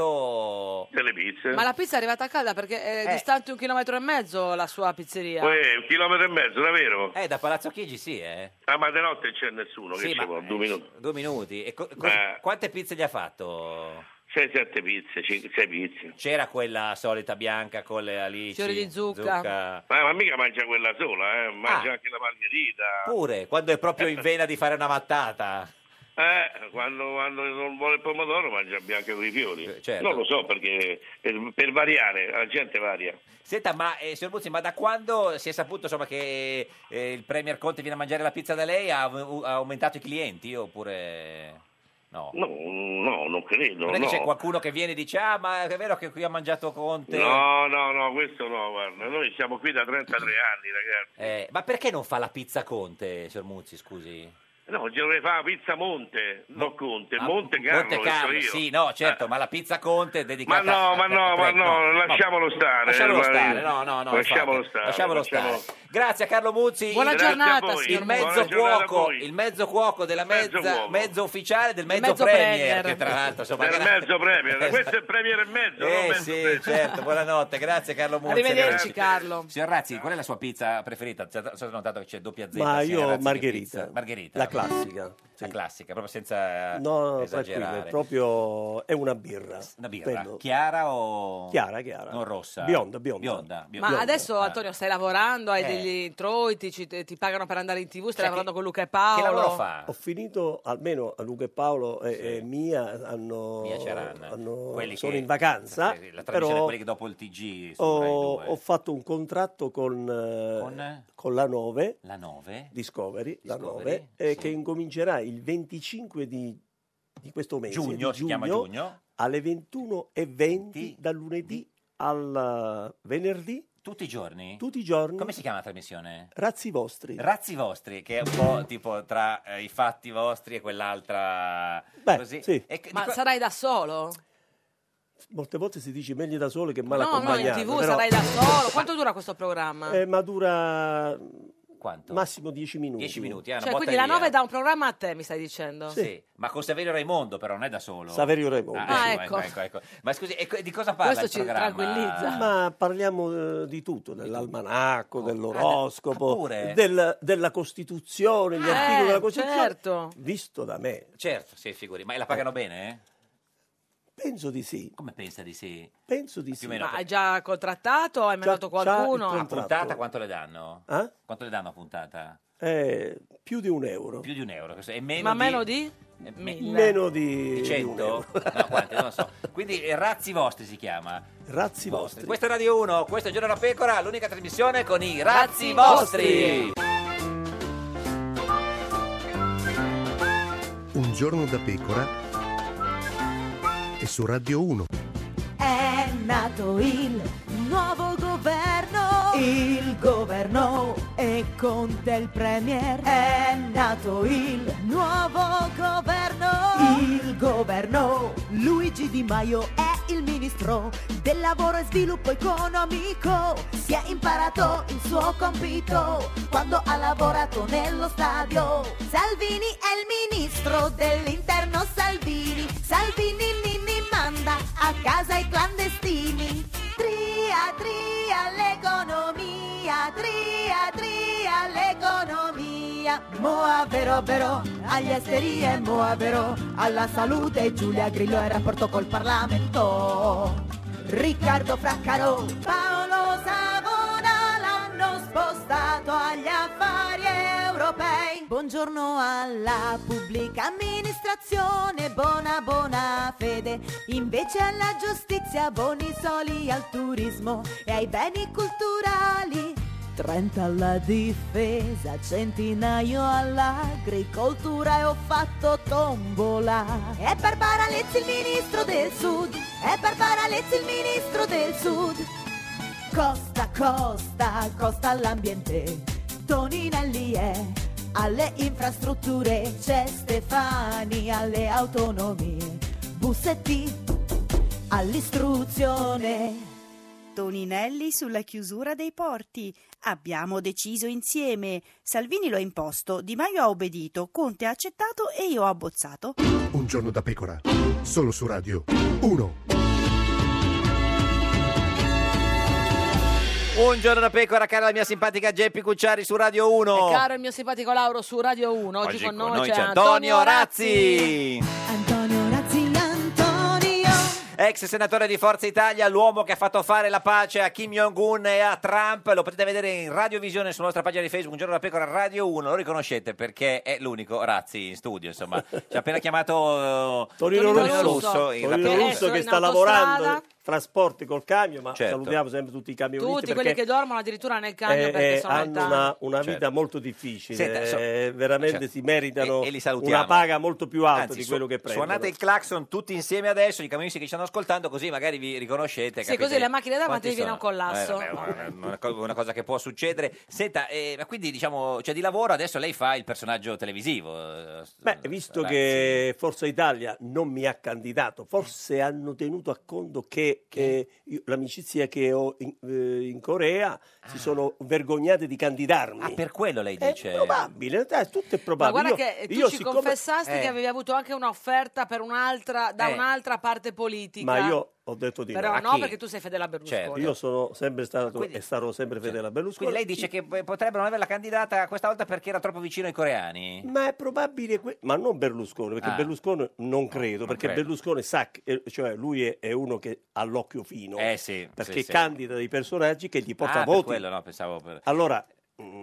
ordinato... Delle pizze. Ma la pizza è arrivata calda perché è distante un chilometro e mezzo la sua pizzeria. Eh, un chilometro e mezzo, davvero? Eh, da Palazzo Chigi sì, eh. Ah, ma di notte c'è nessuno, Sì, che ma- ci può, due minuti. Due minuti. E co- cos- Eh. Quante pizze gli ha fatto? 6-7 pizze, 5-6 pizze. C'era quella solita bianca con le alici. Fiori di zucca. Ma, ma mica mangia quella sola, eh, mangia Ah. anche la margherita. Pure, quando è proprio in vena di fare una mattata. Eh, quando, quando non vuole il pomodoro mangia bianco con i fiori. certo. Non lo so perché per, per variare, la gente varia. Senta, ma eh, signor Buzzi, ma da quando si è saputo insomma, che eh, il Premier Conte viene a mangiare la pizza da lei? Ha, ha aumentato i clienti oppure no? No, no, non credo. Non è che no. c'è qualcuno che viene e dice ah ma è vero che qui ha mangiato Conte? No, no, no, questo no, guarda, noi siamo qui da 33 anni, ragazzi. Eh, ma perché non fa la pizza Conte, signor Muzzi, scusi? No, ci dovrei fare la pizza Monte, non Conte, Monte Carlo, Conte che so ah, Carlo, io. Eh. sì, no, certo, ma la pizza Conte è Ma dedicata no, a- ma a- no, a- ma a- no, no, lasciamolo stare. Lasciamolo guarda, stare, no, no, no, Lasciamolo infatti, stare. lasciamolo lasciamolo- stare. Grazie a Carlo Muzzi. Buona Grazie giornata, a voi. signor il Muzzi. mezzo Buona giornata a cuoco, voi. il mezzo cuoco della Mezzo mezza, uomo. mezzo ufficiale del mezzo, mezzo premier, premier. che tra l'altro insomma Del gra- mezzo premier, questo è il premier e mezzo. non Eh mezzo sì, premier. certo, buonanotte, grazie Carlo Muzzi. Arrivederci, Grazie. Carlo. Signor Razzi, qual è la sua pizza preferita? Ci ho notato che c'è doppia Z. Ma signor io Razzi, che margherita, pizza? Margherita. la va bene. classica. La classica, proprio No, senza no, tranquillo, è Eh, esagerare. proprio è una birra. Una birra Quello- chiara o Chiara, chiara. non rossa? Bionda, bionda. Bionda, Ma bionda. adesso Ah. Antonio stai lavorando, hai Eh. degli introiti, ci- te- ti pagano per andare in tv, stai Cioè, lavorando con Luca e Paolo. Ho finito, almeno a Luca e Paolo e, e Mia hanno, Mia Ceran. hanno- Quelli sono che- in vacanza, Sì, sì, La tradizione però Oh. quelli che dopo il TG su Rai ho, 2. ho fatto un contratto con, eh, Con? con la 9, La 9? Discovery, la Discovery, 9 eh, che incomincerà il 25 di, di questo mese, Giugno, di si chiama giugno. alle 21.20 dal lunedì al eh, venerdì, Tutti i giorni? tutti i giorni, Come si chiama la trasmissione? razzi vostri. Razzi vostri, che è un po' tipo tra eh, i fatti vostri e quell'altra. Beh, così. sì. E che- Ma sarai da solo? Molte volte si dice meglio da solo che mal no, no, in accompagnato. tv però- sarai Eh, da solo. Quanto dura questo programma? Eh, ma dura mm, quanto? Massimo 10 minuti. 10 minuti, eh, una Cioè, botta quindi la via. 9 dà un programma a te, mi stai dicendo? Sì, ma con Saverio Raimondo però, non è da solo. Saverio Raimondo. Ah, ecco, ecco. ecco, ecco. Ma scusi, e co- di cosa parla Questo il ci programma? tranquillizza. Ma parliamo eh, di tutto, dell'almanacco, dell'oroscopo, ah, pure? del- della Costituzione, gli Eh, articoli della Costituzione. certo. Visto da me, Certo, sì, figuri. Ma la pagano bene, eh? penso di sì. Come pensa di sì? Penso di sì. o meno. Ma hai già contrattato? Hai mandato qualcuno? A puntata quanto le danno? Eh? Quanto le danno a puntata? Eh, più di un euro. Più di un euro. questo è meno Ma di... meno di? eh, me- Mille. Meno di, di 100? No, quanti, non lo so. Quindi eh, Razzi Vostri si chiama. Razzi Boh. vostri. Questa è Radio 1, questo è Giorno da Pecora, l'unica trasmissione con i Razzi Razzi Vostri. Un giorno da pecora e su Radio 1. È nato il nuovo governo. Il governo e con del premier. È nato il nuovo governo. Il governo. Luigi Di Maio è il ministro del lavoro e sviluppo economico. Si è imparato il suo compito quando ha lavorato nello stadio. Salvini è il ministro dell'interno Salvini. Salvini Nini manda a casa i clandestini. Tria, tria l'economia, tria, tria l'economia. Moa vero vero, agli esteri e moa vero, alla salute Giulia Grillo e rapporto col Parlamento. Riccardo Fraccaro, Paolo Savona l'hanno spostato agli affari europei. Buongiorno alla pubblica amministrazione, buona buona fede. Invece alla giustizia, buoni soli al turismo e ai beni culturali. 30 alla difesa, centinaio all'agricoltura e ho fatto tombola. È Barbara Lezzi il ministro del sud, è Barbara Lezzi il ministro del sud. Costa, costa, costa all'ambiente, Toninelli è alle infrastrutture, c'è Stefani alle autonomie, Bussetti all'istruzione. Toninelli sulla chiusura dei porti. Abbiamo deciso insieme. Salvini lo ha imposto, Di Maio ha obbedito, Conte ha accettato e io ho abbozzato. Un giorno da pecora, solo su Radio 1. Un giorno da Pecora, cara la mia simpatica Geppi Cucciari su Radio 1. E caro il mio simpatico Lauro su Radio 1, oggi, con noi, c'è Antonio Razzi. Razzi. Antonio Razzi, Antonio. Ex senatore di Forza Italia, l'uomo che ha fatto fare la pace a Kim Jong-un e a Trump, lo potete vedere in radiovisione sulla nostra pagina di Facebook, Un giorno da pecora Radio 1, lo riconoscete perché è l'unico Razzi in studio, insomma. Ci ha appena chiamato eh, Torino, Russo, in Torino rapporto- Russo che in sta autostrada. lavorando, trasporti col camion, ma Certo. salutiamo sempre tutti i camionisti Tutti perché quelli che dormono addirittura nel camion eh, perché eh, sono al hanno TAR. una, una vita Certo. molto difficile, Senta, so- eh, veramente certo. si meritano E- e li salutiamo. una paga molto più alta Anzi, di su- quello che prendono. Suonate il clacson tutti insieme adesso, i camionisti che ci stanno ascoltando, così magari vi riconoscete. Sì, capite così le macchine davanti quanti vi viene un sono. collasso. Eh, vabbè, è una, co- una cosa che può succedere. Senta, eh, ma quindi diciamo, cioè, di lavoro adesso lei fa il personaggio televisivo. eh, Beh, visto Razzi. che Forza Italia non mi ha candidato, forse hanno tenuto a conto che, eh, io- l'amicizia che ho in, eh, in Corea si sono vergognate di candidarmi. Ah, per quello lei dice? È probabile, dai, tutto è Ma probabile. guarda Io- che tu io ci siccome- confessasti che Eh. avevi avuto anche un'offerta per un'altra, da Eh. un'altra parte politica. Ma io ho detto di Però no. Certo. no, perché tu sei fedele a Berlusconi. Io sono sempre stato e sarò sempre fedele a Berlusconi. Quindi lei dice che eh, potrebbe non averla candidata questa volta perché era troppo vicino ai coreani? Ma è probabile, que- ma non Berlusconi, perché Ah. Berlusconi non credo, perché credo. Berlusconi sa, che- eh, cioè lui è, è uno che ha l'occhio fino, Eh sì, perché sì, sì. candida dei personaggi che gli porta ah, per voti. quello no, pensavo per... Allora,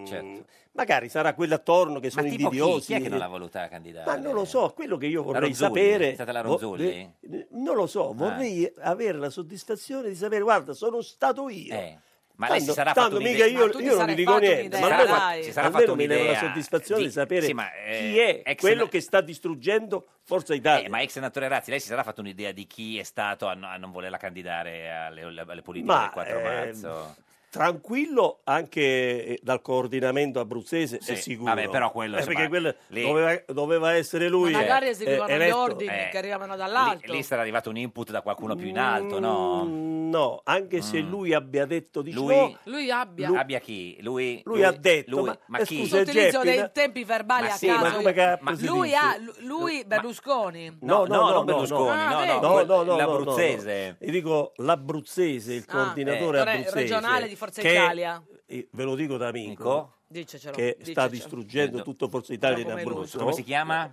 Certo. magari sarà quello attorno che sono Ma tipo chi? mm, invidiosi. Chi è che non l'ha voluta candidata? Ma non lo so, quello che io La vorrei Ronzulli? sapere... È stata la vo- Ronzulli? Ah. eh, non lo so, vorrei avere la soddisfazione di sapere, guarda, sono stato io. Eh, Ma lei si Tanto- sarà tanto fatto mica un'idea. io, io non gli dico niente, ma almeno, si sarà almeno fatto mi un'idea dà la soddisfazione di, sapere sì, ma, eh, chi è ex- quello che sta distruggendo Forza Italia. Eh, ma ex senatore Razzi, lei si sarà fatto un'idea di chi è stato a, no- a non volerla candidare alle, alle politiche Ma, del 4 eh, marzo? tranquillo anche eh, dal coordinamento abruzzese Sì, è sicuro vabbè, però quello, Eh, insomma, perché quello lì- doveva, doveva essere lui Ma Magari eh, eseguivano eh, gli eletto. ordini eh, che arrivavano Lì, dall'alto. lì sarà arrivato un input da qualcuno più in alto, no? Mm, no anche se lui abbia detto di Lui- no Lui abbia. Abbia chi? Lui, Lui ha detto, lui- ma- ma eh, chi? scusa, Utilizzo Geppi, dei no? tempi verbali Ma a sì, caso. ma io. come cazzo si lui dice? ha, lu- lui Berlusconi. No, no, no, no, no, Berlusconi, no, no, no, quel- no, no, no, l'abruzzese. no, no. Io dico l'abruzzese, il Ah, coordinatore eh, abruzzese. regionale di Forza che- Italia. eh, Ve lo dico da amico, Amico? Dicecelo, che sta dicecelo. distruggendo tutto Forza Italia in Come Abruzzo. Come si chiama?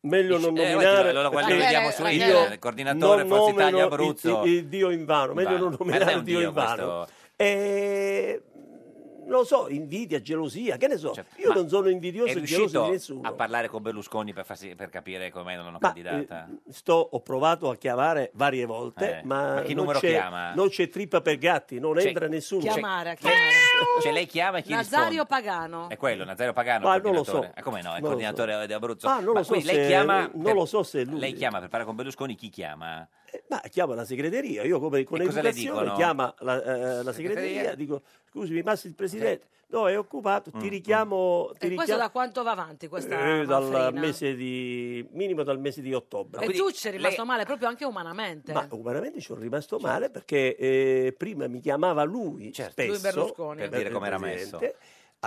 Meglio non Eh, nominare. guarda, lo- lo perché guardiamo su io internet, il coordinatore non Forza Italia nomino Abruzzo. Il, il Dio in vano, meglio non Invano. Ma non è nominare un Dio dio in vano. questo. E... Non lo so, invidia, gelosia, che ne so. Io Certo. ma non sono È invidioso e geloso di riuscito nessuno. a parlare con Berlusconi per, farsi- per capire come non l'hanno Ma, candidata? eh, sto, ho provato a chiamare varie volte, Eh, ma, ma chi non, numero c'è, chiama? non c'è trippa per gatti, non C'è- entra nessuno. Chiamare, a chiamare. Cioè lei chiama e chi Nazario risponde? Eh, Pagano. È quello, Nazario Pagano, Ma il Ah, non lo coordinatore. so. Eh, come no, è il Non lo coordinatore di Abruzzo. Ah, non lo Ma so quindi lei se- chiama non per- lo so se è lui. Eh, Lei chiama per parlare con Berlusconi, chi chiama? Ma chiama la segreteria, io come con E cosa le educazione dicono? chiama la, eh, la segreteria, Segreteria? Mm, dico scusi mi passi il presidente, no è occupato, ti richiamo, ti E questo richiamo da quanto va avanti questa eh, dal manfrina? mese di, minimo dal mese di ottobre. E tu ci è rimasto male proprio anche umanamente. Ma umanamente ci sono rimasto Certo. male perché eh, prima mi chiamava lui spesso Lui Berlusconi. Per dire il com'era presidente. messo.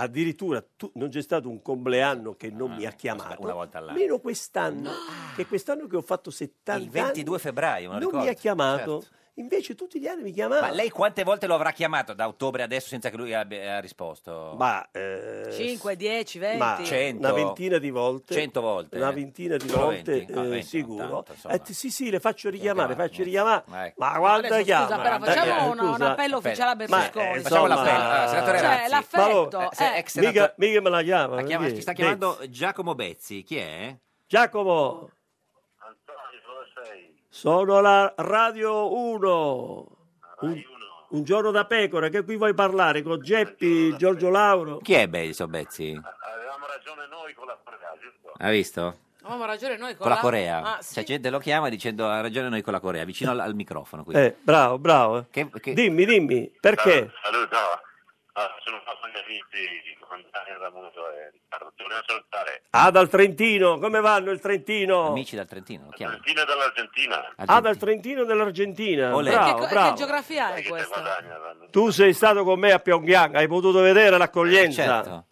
Addirittura tu- non c'è stato un compleanno che non mi ha chiamato. Ah, una volta all'anno. Meno quest'anno, che quest'anno che ho fatto 70 anni. Il 22 febbraio, me non mi lo ricordo, Certo. ha chiamato. Invece tutti gli anni mi chiamava. Ma lei quante volte lo avrà chiamato da ottobre adesso senza che lui abbia ha risposto? Ma, eh, 5, 10, 20. ma una ventina di volte 100 volte? una ventina di No, volte 20, no, eh, 20, sicuro tanto, insomma. Eh, t- sì sì le faccio richiamare faccio richiamare Ma ecco. ma quando Adesso, chiama scusa, però facciamo una- un appello ufficiale a Berlusconi. Ma, eh, Facciamo insomma, l'appello. Allora, senatore Cioè, Razzi. l'affetto, Ma- se- eh. ex mica, senatore- mica me la chiama, La chiama- perché- ci sta Beh, chiamando Giacomo Bezzi, chi è? Giacomo sono la Radio 1 un, un giorno da pecora che qui vuoi parlare con Geppi Giorgio Lauro Chi è Bezzo Bezzi? Avevamo ragione noi con la Corea, giusto? Ha visto? Avevamo ragione noi con, Con la Corea. Ah, sì. C'è gente lo chiama dicendo ha ragione noi con la Corea, vicino al, al microfono qui. eh, bravo bravo eh. dimmi dimmi perché Saluto. Ah, sono Fabio Gavizzi, Antonio Ramuto e Riccardo. Ti volevo salutare. Ah, dal Trentino, come vanno il Trentino? Amici dal Trentino, lo chiamano. Fine dall'Argentina. Ah, dal Trentino e dall'Argentina. Olè. Bravo, Che, co- che bravo. geografia è questa? Tu sei stato con me a Pyongyang, hai potuto vedere l'accoglienza. Certo.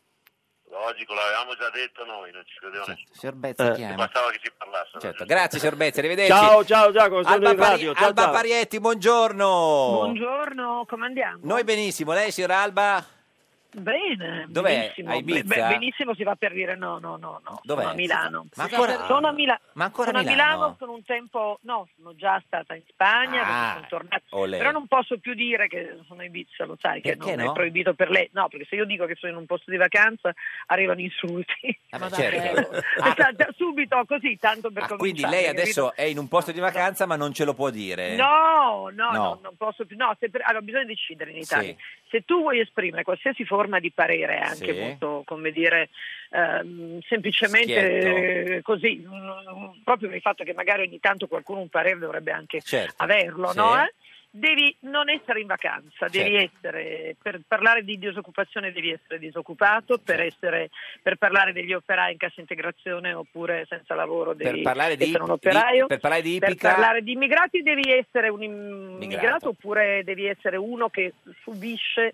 Logico, l'avevamo già detto noi, non ci credevano. Signor Bezzi Eh. chiama. Bastava che si parlasse. Certo, grazie signor Bezzi, arrivederci. Ciao, ciao, Giacomo, sono Alba, in Pari- radio. Ciao, Alba ciao. Parietti, buongiorno. Buongiorno, come andiamo? Noi benissimo, lei signor Alba? Bene, Dov'è? benissimo. A Ibiza? Beh, benissimo si va per dire no, no, no, no. Dov'è? Sono a Milano. Ma ancora- sono a, Mila- Ma ancora sono a Milano? sono un tempo... No, sono già stata in Spagna, Ah, perché sono tornata. olè. Però non posso più dire che sono a Ibiza, lo sai, che Perché non no? è proibito per lei. No, perché se io dico che sono in un posto di vacanza arrivano insulti. Ma certo. Sa- già subito, così, tanto per Ah, cominciare. quindi lei capito? adesso è in un posto di vacanza ma non ce lo può dire. No, no, No. no, non posso più. No, se per- allora bisogna decidere in Sì. Italia. Se tu vuoi esprimere qualsiasi forma di parere, anche Sì. molto, come dire, ehm, semplicemente Schietto. eh, così, mm, proprio per il fatto che magari ogni tanto qualcuno un parere dovrebbe anche Certo. averlo, Sì. no? eh? Devi non essere in vacanza, devi Certo. essere, per parlare di disoccupazione devi essere disoccupato, per, essere, per parlare degli operai in cassa integrazione oppure senza lavoro devi Per parlare di, essere un di- operaio per parlare di per Ipica, parlare di immigrati devi essere un immigrato Migrato. oppure devi essere uno che subisce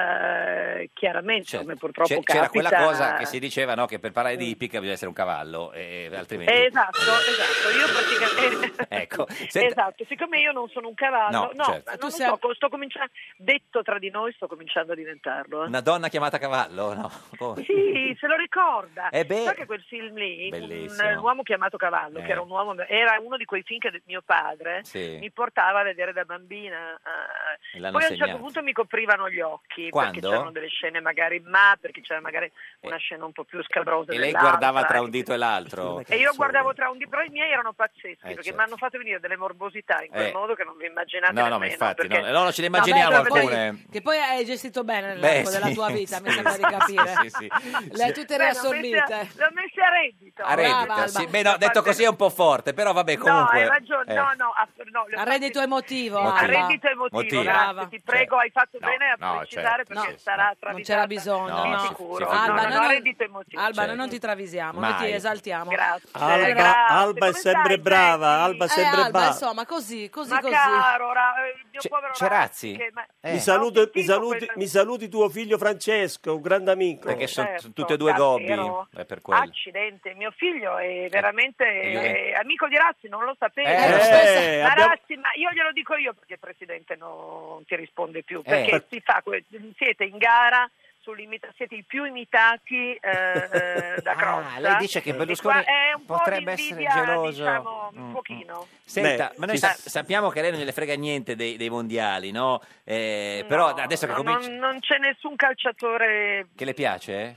eh, chiaramente come purtroppo cioè, Certo. c'è- capita c'era quella cosa che si diceva no, che per parlare di Ipica bisogna essere un cavallo, e, e altrimenti... Eh, esatto, esatto, io praticamente Ecco, senta- esatto, siccome io non sono un cavallo, No, no, certo. ma Tu non lo sei- so, co- sto cominciando detto tra di noi sto cominciando a diventarlo. eh. Una donna chiamata cavallo? No. Come? Sì, se lo ricorda. Eh beh. Sa che quel film lì, Bellissimo. un, un uomo chiamato Cavallo, Eh. che era, un uomo, era uno di quei film che de- mio padre Sì. mi portava a vedere da bambina. eh. L'hanno Poi a un certo segnato. punto mi coprivano gli occhi sì, Quando? Eh. perché c'erano delle scene magari ma, perché c'era magari una scena un po' più scabrosa E lei dell'altra, guardava tra un dito e l'altro. esatto, E io guardavo tra un di, però i miei erano pazzeschi, perché certo. mi hanno fatto venire delle morbosità in quel Eh. modo che non vi immaginate No, no, ma nemmeno, infatti, perché- no, no, no, ce ne Vabbè, immaginiamo però poi- alcune. Che poi hai gestito bene Beh, nell'arco della sì, tua vita, mi sì, sembra di capire. sì, sì. Le hai Beh, tutte l'ho messa- riassorbite. L'ho messa a reddito. A reddita, Brava, sì. Alba. Beh, no, detto così è un po' forte, però vabbè, No, comunque. hai ragione, eh. no, no, ah, ass- no, le ho A reddito emotivo, Motivo. Alba. A reddito emotivo, Motivo. grazie, ti prego, Eh. hai fatto bene a no, precisare certo, perché sì, sarà cioè, Non travisata. c'era bisogno, No, no. si- si Sicuro. fa- Alba, No, noi no, non- reddito emotivo. Alba, noi Certo. non ti traviamo, noi Mai. ti esaltiamo. Alba, Alba è sempre brava, Alba è Eh, sempre Alba, brava. insomma, così, così, Ma così. caro, ra- mio C'è- povero c'è Razzi? Razzi, che- ma- Eh. Mi, saluto- mi saluti, mi saluti tuo figlio Francesco, un grande amico. Perché sono Certo, tutte e due gobbi. davvero. È per quello. Accidente, mio figlio è veramente Eh. eh, amico di Razzi, non lo sapevo. Eh, lo stesso. ma abbiamo- Razzi, ma io glielo dico io perché il presidente non ti risponde più, Eh. perché Per- si fa que- siete in gara sull'imita- siete i più imitati eh, eh, da Ah, Crozza. lei dice che E qua Berlusconi è un po' potrebbe di essere invidia, geloso. diciamo, un pochino. Senta, Beh, ma noi sì. sa- sappiamo che a lei non gliele frega niente dei, dei mondiali, no? Eh, però adesso che No, comincia... non, non c'è nessun calciatore Che le piace? eh?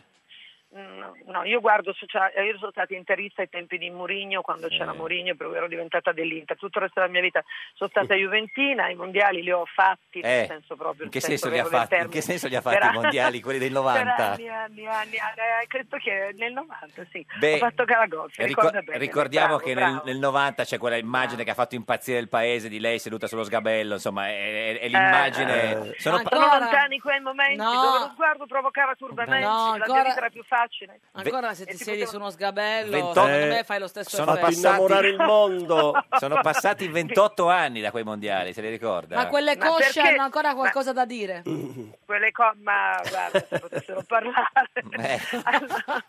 Mm, No, no, io guardo socia- eh, io sono stata interista ai tempi di Mourinho quando Sì. c'era Mourinho, però ero diventata dell'Inter. Tutto il resto della mia vita sono stata Juventina, i mondiali li ho fatti, Eh, nel senso proprio in che nel senso senso li ha vero del fatti? In termine. che senso li ha fatti Per- i mondiali, quelli del Per 90? anni, anni, anni, anni, eh, credo che nel 90, sì. Beh, ho fatto gara golf, Ricor- ricorda bene. ricordiamo Bravo, che nel, bravo. Ah. nel 90 c'è quella immagine che ha fatto impazzire il paese di lei seduta sullo sgabello, insomma, è, è- è l'immagine... Eh, sono sono, pa- lontani quei momenti No. dove lo sguardo provocava turbamenti, No, la mia ancora- vita era più facile. Ancora se ti siedi su uno sgabello, 28 secondo me fai lo stesso Eh. sono effetto. passati- innamorare il mondo. Sono passati 28 anni da quei mondiali, se li ricorda? Ma quelle Ma cosce perché- hanno ancora qualcosa da dire. Quelle co- ma guarda, se potessero parlare.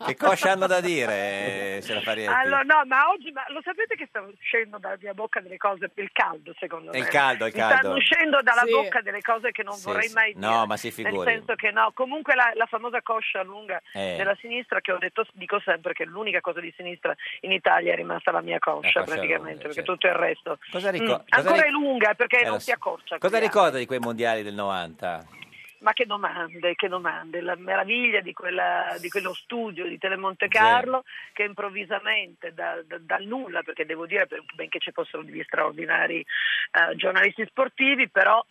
Che coscia hanno da dire, eh, signora Parietti? Allora, no, ma oggi ma lo sapete che stanno uscendo dalla mia bocca delle cose il caldo, secondo È me. il caldo, è il Mi caldo. Stanno uscendo dalla Sì. bocca delle cose che non Sì, vorrei sì. mai dire. No, ma si figuri. Nel senso che no, comunque la, la famosa coscia lunga Eh. della sinistra che ho detto dico sempre che l'unica cosa di sinistra in Italia è rimasta la mia coscia, coscia praticamente, lunga, perché certo. tutto il resto Cosa Mm, ricor- cosa ancora ric- è lunga perché Eh, lo non si so. accorcia. Cosa qui, ricorda di quei mondiali del 90? ma che domande, che domande, la meraviglia di, quella- di quello studio di Telemonte Carlo che improvvisamente da- da- dal nulla, perché devo dire, per- benché ci fossero degli straordinari eh, giornalisti sportivi, però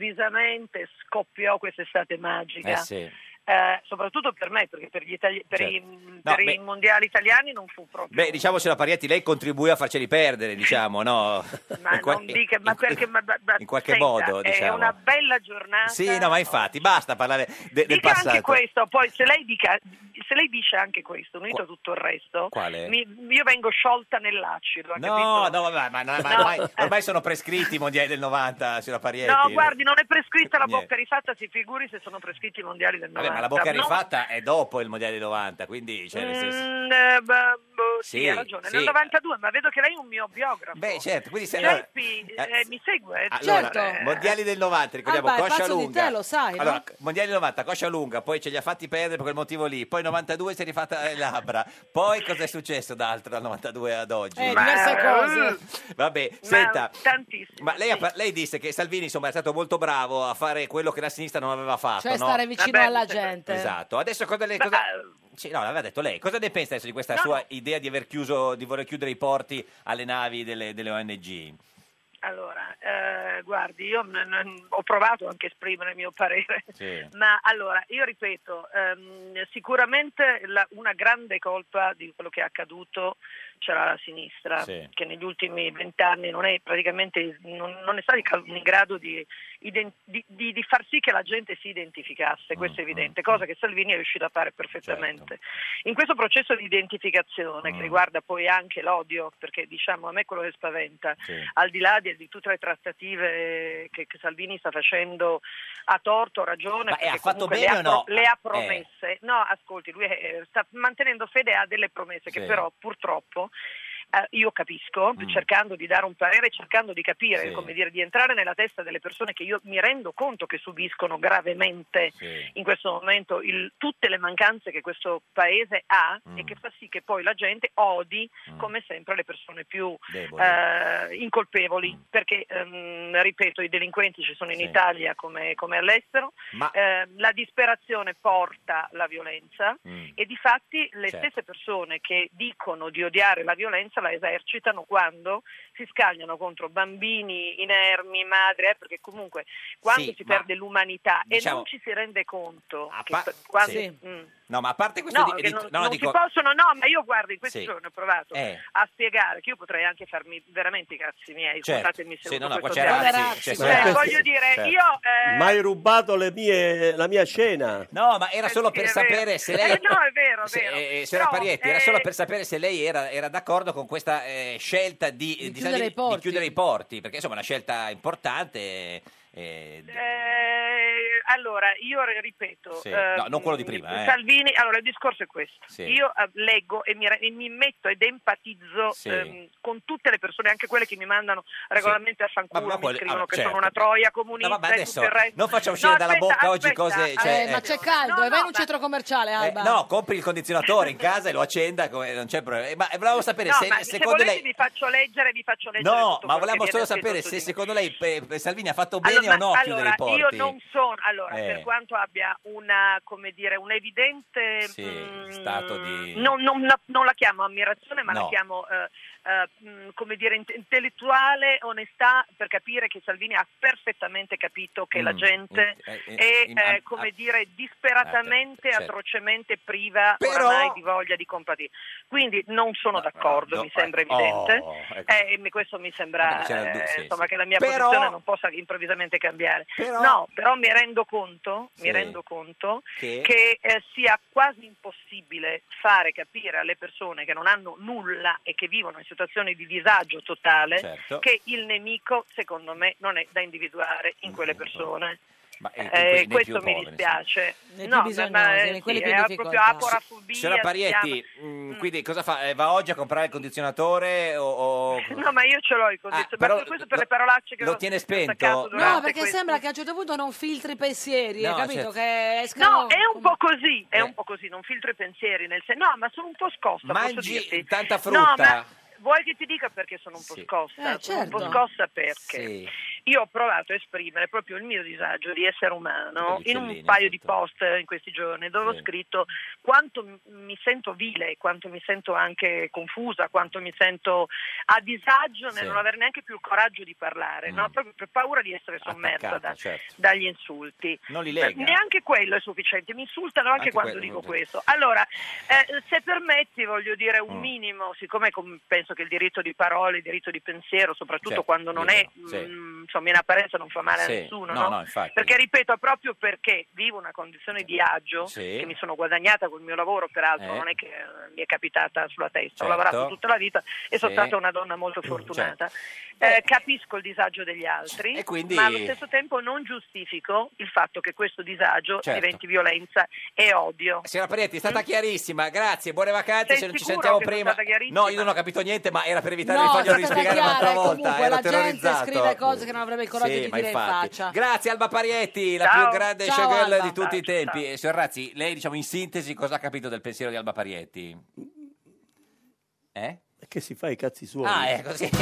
improvvisamente scoppiò quest'estate magica. Eh sì. Eh, soprattutto per me, perché per, gli itali- per i, No, per i beh. mondiali italiani non fu proprio. Beh, diciamo, signora Parietti, lei contribuì a farceli perdere, diciamo, no? Ma In qual- non dica, ma perché ma- ma- ma- in qualche senta, modo, È diciamo. una bella giornata. Sì, no, ma infatti, basta parlare de- del Dica anche passato. questo, poi se lei, dica, se lei dice anche questo, unito a tutto il resto, Quale? mi- io vengo sciolta nell'acido. ha No, capito? no, vabbè, ma, ma- ma No. eh. ormai, ormai sono prescritti i mondiali del 90, signora Parietti. No, guardi, non è prescritta la Niente. bocca rifatta, si figuri se sono prescritti i mondiali del 90. Vabbè, ma la bocca No. rifatta è dopo il mondiale del 90, quindi, cioè, nel senso... Mm, eh, beh, boh, sì, Sì, ha ragione. sì. Nel 92, ma vedo che lei è un mio biografo. Beh, certo, quindi se- Giuseppi, allora- eh, mi segue? Allora, Eh, mondiali del 90, ricordiamo Alba, è coscia Ah, pazzo di lunga. te, lo sai, no? allora, mondiali del 90, coscia lunga, poi ce li ha fatti perdere per quel motivo lì, poi 92 si è rifatta le labbra. Poi cosa è successo d'altro dal 92 ad oggi? Eh, diverse cose. Vabbè, senta, tantissimo. ma lei, ha par- lei disse che Salvini insomma è stato molto bravo a fare quello che la sinistra non aveva fatto, Cioè Esatto, no? stare vicino Vabbè, alla mi sembra- gente. Esatto. Adesso cosa le cosa- Sì, no, l'aveva detto lei. Cosa ne pensa adesso di questa No. sua idea di aver chiuso di voler chiudere i porti alle navi delle, delle ONG? Allora, eh, guardi, io n- n- ho provato anche a esprimere il mio parere, Sì. ma allora, io ripeto, ehm, sicuramente la- una grande colpa di quello che è accaduto c'era la sinistra, Sì. che negli ultimi vent'anni non è praticamente, non, non è stata in cal- in grado di, ident- di- di- di far sì che la gente si identificasse, questo è evidente, cosa che Salvini è riuscito a fare perfettamente. In questo processo di identificazione, che riguarda poi anche l'odio, perché diciamo a me quello che spaventa, al di là di, di tutte le trattative che, che Salvini sta facendo a torto, a ragione, Ma, eh, perché ha fatto comunque bene le, ha, o no? pro- le ha Eh. promesse. No, ascolti, lui eh, sta mantenendo fede a delle promesse che Sì. Mm. però purtroppo eh, io capisco, cercando di dare un parere, cercando di capire, Sì. come dire, di entrare nella testa delle persone che io mi rendo conto che subiscono gravemente Sì. in questo momento il- tutte le mancanze che questo paese ha Mm. e che fa sì che poi la gente odi come sempre le persone più Deboli. eh, incolpevoli, perché ehm, ripeto i delinquenti ci sono in Sì. Italia come, come all'estero, Ma- Eh, la disperazione porta la violenza Mm. e di fatti le Certo. stesse persone che dicono di odiare la violenza la esercitano quando si scagliano contro bambini inermi, madri, eh, perché comunque quando Sì, si ma perde l'umanità diciamo- e non ci si rende conto che pa- per- quando... sì. Mm. No, ma a parte questo No, di- che di- non, no, non dico- si possono, no, ma io guardo in questi Sì. giorni ho provato Eh. a spiegare che io potrei anche farmi veramente i cazzi miei, Certo. scusatemi se Sì, uso no, no, qua questo c'era- termine. sì, c'è Cioè, sempre- voglio dire, Certo. io eh, Ma hai rubato le mie- la mia cena. No, ma era solo per è vero. sapere se lei. Eh, no, è vero, è se- vero. eh, eh, signora No, Parietti, eh, era solo per sapere se lei era, era d'accordo con questa eh, scelta di, di- chiudere i di chiudere i porti, perché insomma è una scelta importante. eh, eh, Eh, allora, io re- ripeto, Sì, eh, no, non quello di prima, eh. Salvini, allora il discorso è questo, Sì. io eh, leggo e mi, re- e mi metto ed empatizzo Sì. ehm, con tutte le persone, anche quelle che mi mandano regolarmente a fanculo, Ma- ma mi quello- scrivono allora, che certo. sono una troia comunista No, ma- ma e adesso tutto il resto. non faccia uscire No, dalla aspetta, bocca oggi aspetta, cose, cioè, eh, ma c'è caldo, e vai in un centro commerciale, eh, Alba. no, compri il condizionatore in casa e lo accenda, come, non c'è problema. Eh, Ma eh, volevamo sapere no, se ma se secondo volete lei. vi faccio leggere, vi faccio leggere No, tutto ma quello che volevamo viene solo scritto sapere su se di me. secondo lei pe- pe- Salvini ha fatto bene allora, o no ma- a chiudere i allora, porti. Io non sono, allora, Eh. per quanto abbia una, come dire, mm, un evidente, Sì, stato di. non, non- no- non la chiamo ammirazione, ma No. la chiamo, eh, eh, mh, come dire, int- intellettuale onestà per capire che Salvini ha perfettamente capito che la Mm, gente in- eh, eh, è, in- eh, a- come a- dire, disperatamente, Ah, certo. atrocemente priva Però- oramai di voglia di compatibilità. Quindi non sono d'accordo, no, mi sembra eh, evidente. oh, ecco. Eh, e mi- questo mi Ah, sembra c'era il du- eh, sì, insomma, sì. che la mia Però- posizione non possa improvvisamente cambiare. Però- no, però mi rendo conto, Sì. mi rendo conto Che? che, eh, sia quasi impossibile fare capire alle persone che non hanno nulla e che vivono in situazioni di disagio totale Certo. che il nemico, secondo me, non è da individuare Mm, in quelle persone. Ma Eh, nei più questo mi poveri, sì. dispiace. Nei più No, ma- bisognosi, ma, eh, nei quelli sì, più in è proprio difficoltà. aporafobia. Signora si Parietti, mm, quindi cosa fa? Eh, Va oggi a comprare il condizionatore o, o- chiama. No, ma io ce l'ho il Ah, concetto, ma però questo per lo- le parolacce che lo ho- tiene ho spento? staccato No, durante No, perché questo- sembra che a un certo punto non filtri i pensieri, No, hai capito? certo. Che escano... No, è un po' così, è un po' così, non filtro i pensieri, nel senso, no, ma sono un po' scossa, posso Mangi dirti. tanta No, frutta. ma vuoi che ti dica perché sono un po' scossa? Eh, Sono un po' certo. scossa perché Sì. io ho provato a esprimere proprio il mio disagio di essere umano Gli in uccellini, un paio di post in questi giorni dove esatto. Sì. ho scritto quanto m- mi sento vile, quanto mi sento anche confusa, quanto mi sento a disagio nel Sì. Mm. non avere neanche più il coraggio di parlare, no? proprio per paura di essere sommersa Attaccata, da- certo. dagli insulti. Non li lega. Neanche quello è sufficiente, mi insultano anche, Anche quando quello, dico non- questo. Allora, eh, se permetti, voglio dire un Mm. minimo, siccome com- penso che il diritto di parola, il diritto di pensiero, soprattutto Certo, quando non è, libero, sì. mm, insomma, in apparenza non fa male Sì, a nessuno, no, no? no, infatti. perché ripeto, proprio perché vivo una condizione di agio Sì. che mi sono guadagnata col mio lavoro, peraltro Eh. non è che eh, mi è capitata sulla testa, ho Certo. lavorato tutta la vita e sono Sì. Mm, certo. stata una donna molto fortunata. Eh, capisco il disagio degli altri, E quindi- ma allo stesso tempo non giustifico il fatto che questo disagio Certo. diventi violenza e odio. Signora Parietti, è stata chiarissima, grazie, buone vacanze, Sei se non ci sicuro sentiamo che sia prima. stata chiarissima? No, io non ho capito niente, ma era per evitare No, di farglielo è stata rispiegare chiara, eh, un'altra volta, comunque, ero la gente terrorizzato. scrive cose che non avrebbe il coraggio Sì, di ma dire in infatti. faccia. Grazie Alba Parietti, la Ciao. più grande Ciao, showgirl Alba. di tutti i Ciao, tempi. E signor Razzi, lei diciamo in sintesi cosa ha capito del pensiero di Alba Parietti? Eh? Che si fa i cazzi suoi. Ah, ecco, sì. Mi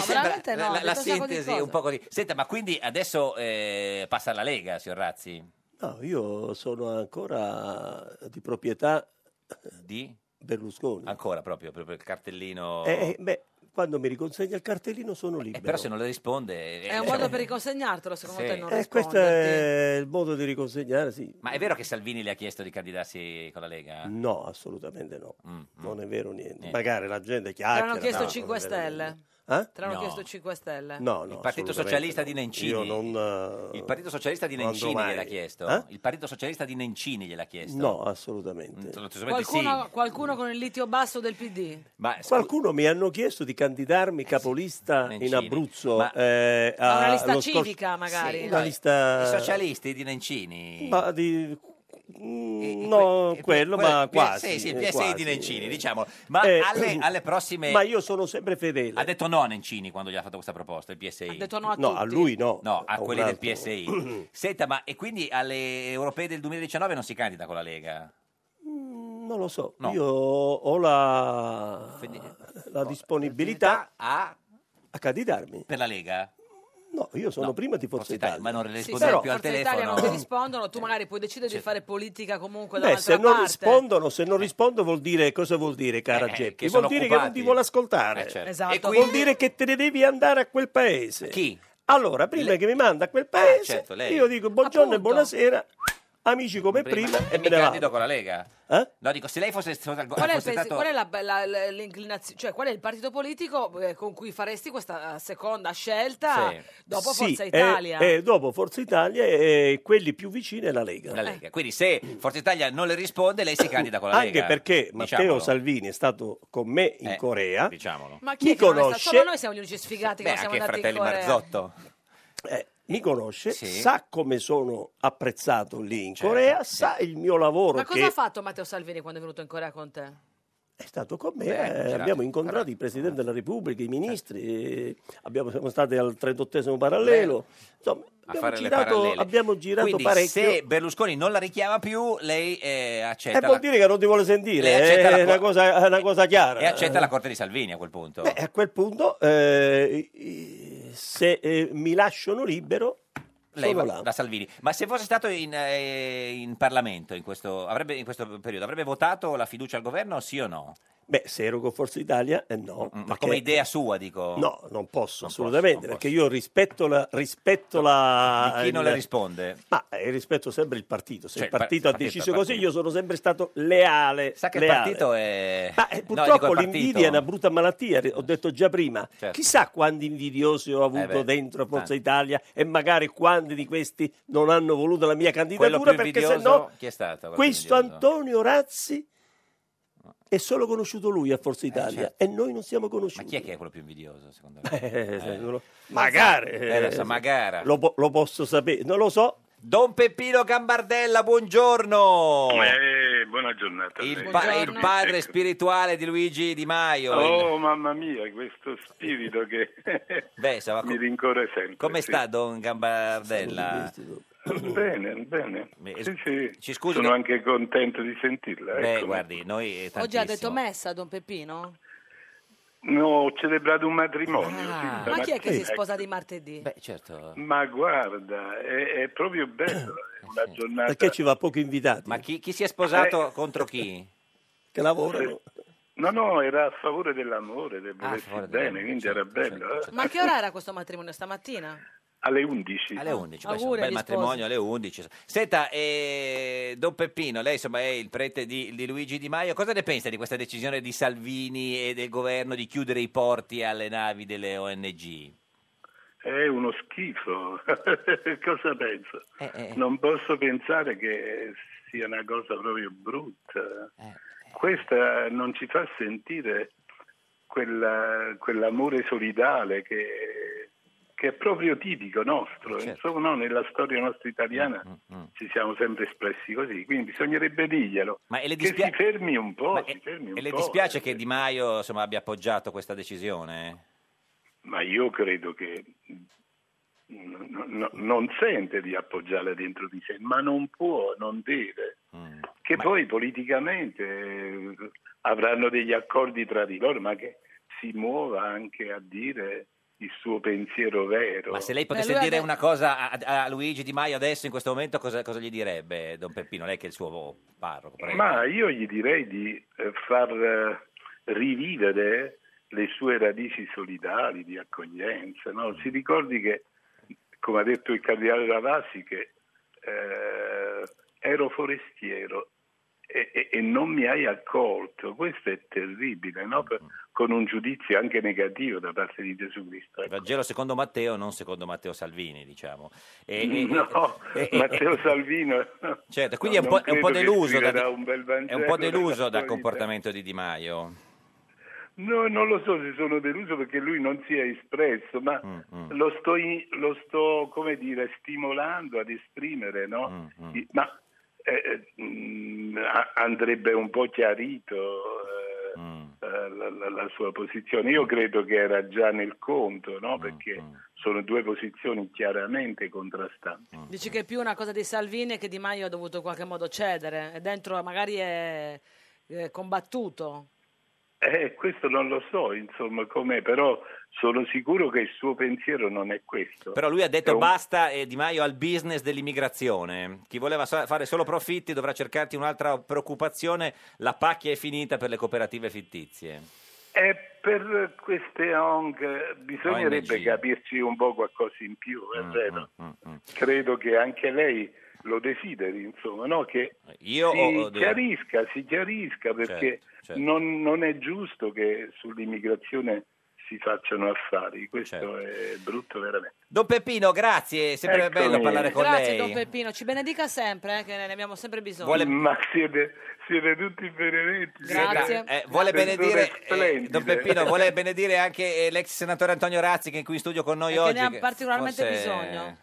sembra veramente no, la- la, detto la un sacco di sintesi cose. un po' così. Senta, ma quindi adesso eh, passa alla Lega, signor Razzi? No, io sono ancora di proprietà Eh, di Berlusconi. Ancora proprio, proprio il cartellino... Eh, eh, beh, quando mi riconsegna il cartellino sono libero. Eh, però se non le risponde... eh, È un cioè, modo per riconsegnartelo, secondo Sì. te, non Eh, questo è il modo di riconsegnare, sì. Ma è vero che Salvini le ha chiesto di candidarsi con la Lega? No, assolutamente no. Non è vero niente. Eh. Mm, Niente. Magari la gente Te chiacchiera. l'hanno chiesto no, 5 non è vero Stelle. niente. Eh? Te l'hanno chiesto 5 Stelle. No, no, Il assolutamente Partito Socialista no. di Nencini. Io non, eh, Il Partito Socialista di non andrò Nencini mai. gliel'ha chiesto. Eh? Il Partito Socialista di Nencini gliel'ha chiesto. Mm, No, assolutamente. Assolutamente Qualcuno, sì. qualcuno con il litio basso del PD. Ma Eh Qualcuno mi hanno chiesto di candidarmi capolista in Abruzzo. eh, Ma una a- lista lo scor- civica, magari. Una lista... Eh, I socialisti di Nencini. Ma di Mm, no, quello, ma quasi. eh, Sì, sì, il eh, PSI di quasi. Nencini, diciamo. Ma Eh, alle, alle prossime... Ma io sono sempre fedele. Ha detto no a Nencini quando gli ha fatto questa proposta, il PSI. Ha detto no a No, a lui no. No, a un quelli del altro. PSI. Senta, ma e quindi alle europee del 2019 non si candida con la Lega? mm, Non lo so, No. io ho la, la disponibilità a... candidarmi. Per la Lega? No, io sono prima di Forza Italia. Ma non risponde Però- più al Forza Italia non ti telefono. Eh. rispondono, tu magari puoi decidere di fare politica comunque Beh, dall'altra se non parte. Eh. rispondono, se non rispondo vuol dire cosa vuol dire, cara Eh, Geppi? che Vuol sono dire che non occupati. ti vuole ascoltare. Eh, certo. Esatto. E Vuol quindi- dire che te ne devi andare a quel paese. Chi? Allora, prima che mi manda a quel paese, certo, lei. io dico buongiorno e buonasera, amici come prima, Prima- e me e mi ne candido vado. con la Lega? Eh? No, dico, se lei fosse, stata- Qual è, il fosse paese- stato... qual è la- la- la- l'inclinazione, cioè qual è il partito politico eh, con cui faresti questa eh, seconda Ah, scelta Sì. dopo Sì, eh, Forza e- Italia? E, dopo Forza Italia, e quelli più vicini è la Lega. Eh. La Lega. Quindi se Forza Italia non le risponde, lei si candida con la Anche Lega. perché Matteo Diciamolo. Salvini è stato con me in Eh, Corea. Diciamolo. Ma chi mi è che non è stato- conosce. Solo noi siamo gli unici sfigati Beh, che non siamo anche i andati in fratelli Corea. Marzotto. Eh, mi conosce, Sì. Certo, sa come sono apprezzato lì in Corea, sa il mio lavoro Ma che cosa ha fatto Matteo Salvini quando è venuto in Corea con te? è stato con me. Beh, eh, certo, girato, abbiamo incontrato il Presidente della Repubblica, i ministri, eh, abbiamo, siamo stati al 38 parallelo. Insomma, abbiamo fare le girato, parallele. abbiamo girato Quindi parecchio. se Berlusconi non la richiama più, lei eh, E accetta, vuol la, dire che non ti vuole Lei sentire, eh, accetta la è una co- cosa, è una cosa chiara. e accetta la corte di Salvini a quel punto. eh, Beh, a quel punto, eh, i- se eh, mi lasciano libero, lei sono va là. da Salvini. Ma se fosse stato in, eh, in Parlamento in questo, avrebbe, in questo periodo, avrebbe votato la fiducia al governo, sì o no? Beh, se ero con Forza Italia, eh, no. Mm, Ma perché- come idea boh. sua, dico. No, non posso assolutamente, perché io rispetto la... Rispetto la Chi non le il- risponde? Ma eh, rispetto sempre il partito. Se Cioè, il partito il ha partito è deciso il così, io sono sempre stato leale. Sa che leale. il partito è... Ma eh, No, purtroppo dico il l'invidia è una partito. brutta malattia, ri- ho detto già prima. Certo. Eh Chissà quanti invidiosi ho avuto beh, dentro Forza tanti. Italia e magari quanti di questi non hanno voluto la mia Quello più candidatura perché invidioso, se no chi è stato? quello più questo invidioso? Antonio Razzi è solo conosciuto lui a Forza Italia certo. e noi non siamo Ma conosciuti. chi è che è quello più invidioso, secondo Eh, lei? se Eh. non lo- Magari, Eh, lo so, magari. Lo, po- lo posso sapere, non lo so. Don Peppino Gambardella, buongiorno! Eh, buona giornata. a Il, lei. Ecco. pa- il padre spirituale di Luigi Di Maio. Oh, mamma mia, questo spirito che Beh, insomma, mi rincorre sempre. Come sì. sta Don Gambardella? Bene, bene. Sì, sì. Ci scusi, Sono no- anche contento di sentirla. Beh, ecco. guardi, noi eh, Oggi ha detto tantissimo. messa Don Peppino? No, ho celebrato un Ah, matrimonio. sì, Ma chi è che si stamattina. sposa di martedì? Beh, certo. Ma guarda, è, è proprio bello. Eh, è una giornata Perché ci va poco invitati Ma chi, chi si è sposato Eh. contro chi? che lavorano. No, no, era a favore dell'amore, del volersi Ah, favore bene, dell'amore, certo, quindi era bello. eh. Ma a che ora era questo matrimonio stamattina? Alle 11. Alle Auguri 11, questo è un bel agli sposi. matrimonio alle 11. Senta, eh, Don Peppino, lei insomma è il prete di, di Luigi Di Maio, cosa ne pensa di questa decisione di Salvini e del governo di chiudere i porti alle navi delle ONG? È uno schifo. Cosa penso? eh. Non posso pensare che sia una cosa proprio brutta. Eh, Questa non ci fa sentire quella- quell'amore solidale che, che è proprio tipico nostro. Certo. Insomma, no, nella storia nostra italiana Mm, ci siamo sempre espressi così, quindi bisognerebbe dirglielo. Ma e le Che dispia- si fermi un po', Ma si fermi un E le po'. eh, dispiace che Di Maio insomma, abbia appoggiato questa decisione? Ma io credo che n- n- non sente di appoggiarla dentro di sé, ma non può, non deve. Mm. Che poi politicamente eh, avranno degli accordi tra di loro, ma che si muova anche a dire il suo pensiero vero. Ma se lei potesse dire una cosa a, a- a Luigi Di Maio adesso, in questo momento, cosa, cosa gli direbbe Don Peppino? Lei che è il suo parroco, prego. Ma io gli direi di eh, far eh, rivivere le sue radici solidali di accoglienza. no? Si ricordi che, come ha detto il cardinale Ravasi, che eh, ero forestiero e, e- e non mi hai accolto. Questo è terribile, no? Mm. Per- con un giudizio anche negativo da parte di Gesù Cristo. Vangelo secondo Matteo, non secondo Matteo Salvini, diciamo. E- e- No, e- e- Matteo Salvino. eh, Certo, quindi è un po', è un po' non credo che deluso, da- scriverà un bel è un Vangelo po' della deluso dal sua comportamento di Di Maio. No, non lo so se sono deluso perché lui non si è espresso, ma Lo, sto, in- lo sto, come dire, stimolando ad esprimere, no? I- Ma eh, mh, a- andrebbe un po' chiarito eh, eh, la, la- la sua posizione. Io credo che era già nel conto, no? perché sono due posizioni chiaramente contrastanti. Dici che è più una cosa di Salvini che Di Maio ha dovuto in qualche modo cedere. E dentro magari è eh, combattuto. Eh, questo non lo so, insomma, com'è, però sono sicuro che il suo pensiero non è questo. Però lui ha È detto un- basta e Di Maio al business dell'immigrazione. Chi voleva so- fare solo profitti dovrà cercarti un'altra preoccupazione. La pacchia è finita per le cooperative fittizie. Eh, per queste ONG eh, bisognerebbe ONG. capirci un po' qualcosa in più, Mm, è vero. Credo che anche lei lo desideri, insomma, no? che Io si ho- ho- chiarisca, si chiarisca perché Certo, certo. Non, non è giusto che sull'immigrazione si facciano affari, questo è brutto veramente. Ecco, eh, Don Peppino, grazie, Certo. è sempre Eccomi. bello parlare con Grazie lei. Don Peppino, ci benedica sempre, eh, che ne abbiamo sempre bisogno. Ma siete, siete tutti benedetti. Grazie. Eh, vuole Persone benedire, eh, splendide. Don Peppino, vuole benedire anche eh, l'ex senatore Antonio Razzi che è qui in studio con noi E che oggi. ne ha particolarmente bisogno.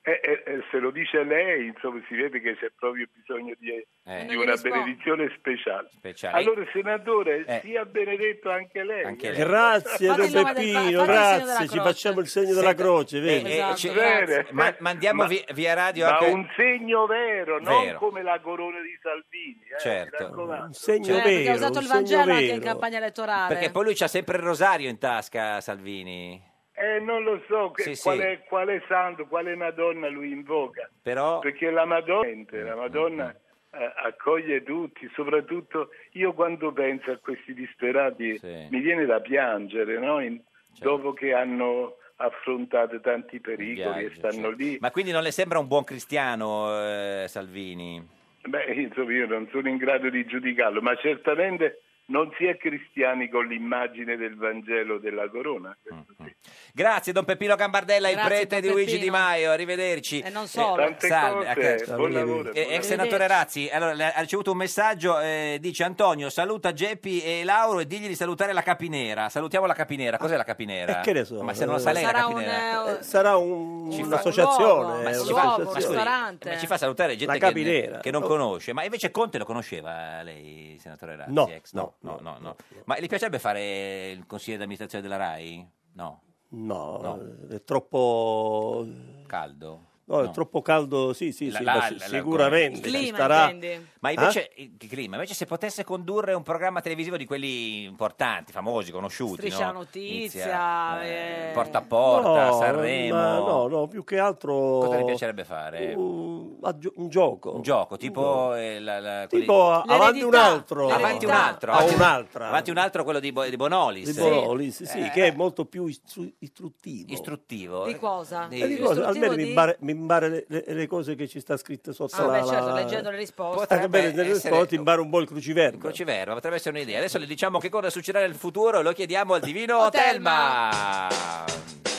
Eh, eh, eh, se lo dice lei, insomma, si vede che c'è proprio bisogno di, di Non gli una rispondo. benedizione speciale. Eh. Speciale. Allora, senatore, Eh. sia benedetto anche lei. Eh. Anche lei. Grazie Fate Don il nome del pa- Peppino, fate il segno della grazie, ci croce. facciamo il segno della croce, vedi? eh, eh, ci- Bene. ma- mandiamo Ma- vi- via radio ma anche... un segno vero, non Vero. come la corona di Salvini. eh, Certo. mi raccomando. Un Eh, perché ha usato il Vangelo anche in campagna elettorale. Perché poi lui c'ha sempre il rosario in tasca, Salvini. Eh, non lo so che- Sì, sì. quale, quale santo, quale Madonna lui invoca. Però... Mm, Perché la Madonna, la Madonna eh, accoglie tutti, soprattutto io quando penso a questi disperati mi viene da piangere, no? In- Certo. dopo che hanno affrontato tanti pericoli e viaggio, certo. stanno lì. Ma quindi non le sembra un buon cristiano eh, Salvini? Beh, insomma, io non sono in grado di giudicarlo, ma certamente non si è cristiani con l'immagine del Vangelo della corona. Mm. Grazie Don Peppino Gambardella, il Grazie, prete Don di Luigi Peppino. Di Maio, arrivederci. E non solo. Eh, Tante salve, cose, ecco. buon lavoro, Eh, buon Ex lavoro. senatore Razzi, allora, le- ha ricevuto un messaggio, eh, dice Antonio, saluta Geppi e Lauro e digli di salutare la capinera. Salutiamo la capinera, cos'è la capinera? E che ne so? Ma se non la Eh, sa lei la sarà capinera? Eh, Sarà un- un'associazione. Ma eh, ci fa- ma scusi, un'associazione. ma ci fa salutare gente La che- capinera. Che, non Oh. conosce, ma invece Conte lo conosceva lei, senatore Razzi? No, ex? No, no, no, no. Ma le piacerebbe fare il consigliere d'amministrazione della RAI? No. No, No. è troppo... Caldo? No, No. è troppo caldo, sì, sì, La- sì, la- ma la- si- la- sicuramente. l'argomento. ci starà... Ma Ah? invece, il clima, invece se potesse condurre un programma televisivo di quelli importanti, famosi, conosciuti, Striscia la no? notizia, Inizia, eh, porta a porta, No, Sanremo. ma no, no, più che altro... Cosa le piacerebbe fare? Un, aggi- un gioco. Un gioco, tipo, eh, la- la- quelli- Tipo, avanti un altro. Avanti un altro. Ah, avanti un- un'altra. Avanti un altro, quello di, Bo- di Bonolis. Di Bonolis, sì, Eh, che è molto più istru- istruttivo. Istruttivo. Di cosa? Eh, di cosa? Istruttivo Almeno mi di- impara, mi impara le, le- le cose che ci sta scritte sotto Ah, la, beh, certo, la- leggendo le risposte. Ah, che bene, nelle Eh, essere- risposte impara un po' il cruciverba. Crociverba, potrebbe essere un'idea. Adesso le diciamo che cosa succederà nel futuro e lo chiediamo al divino Oh, Telma.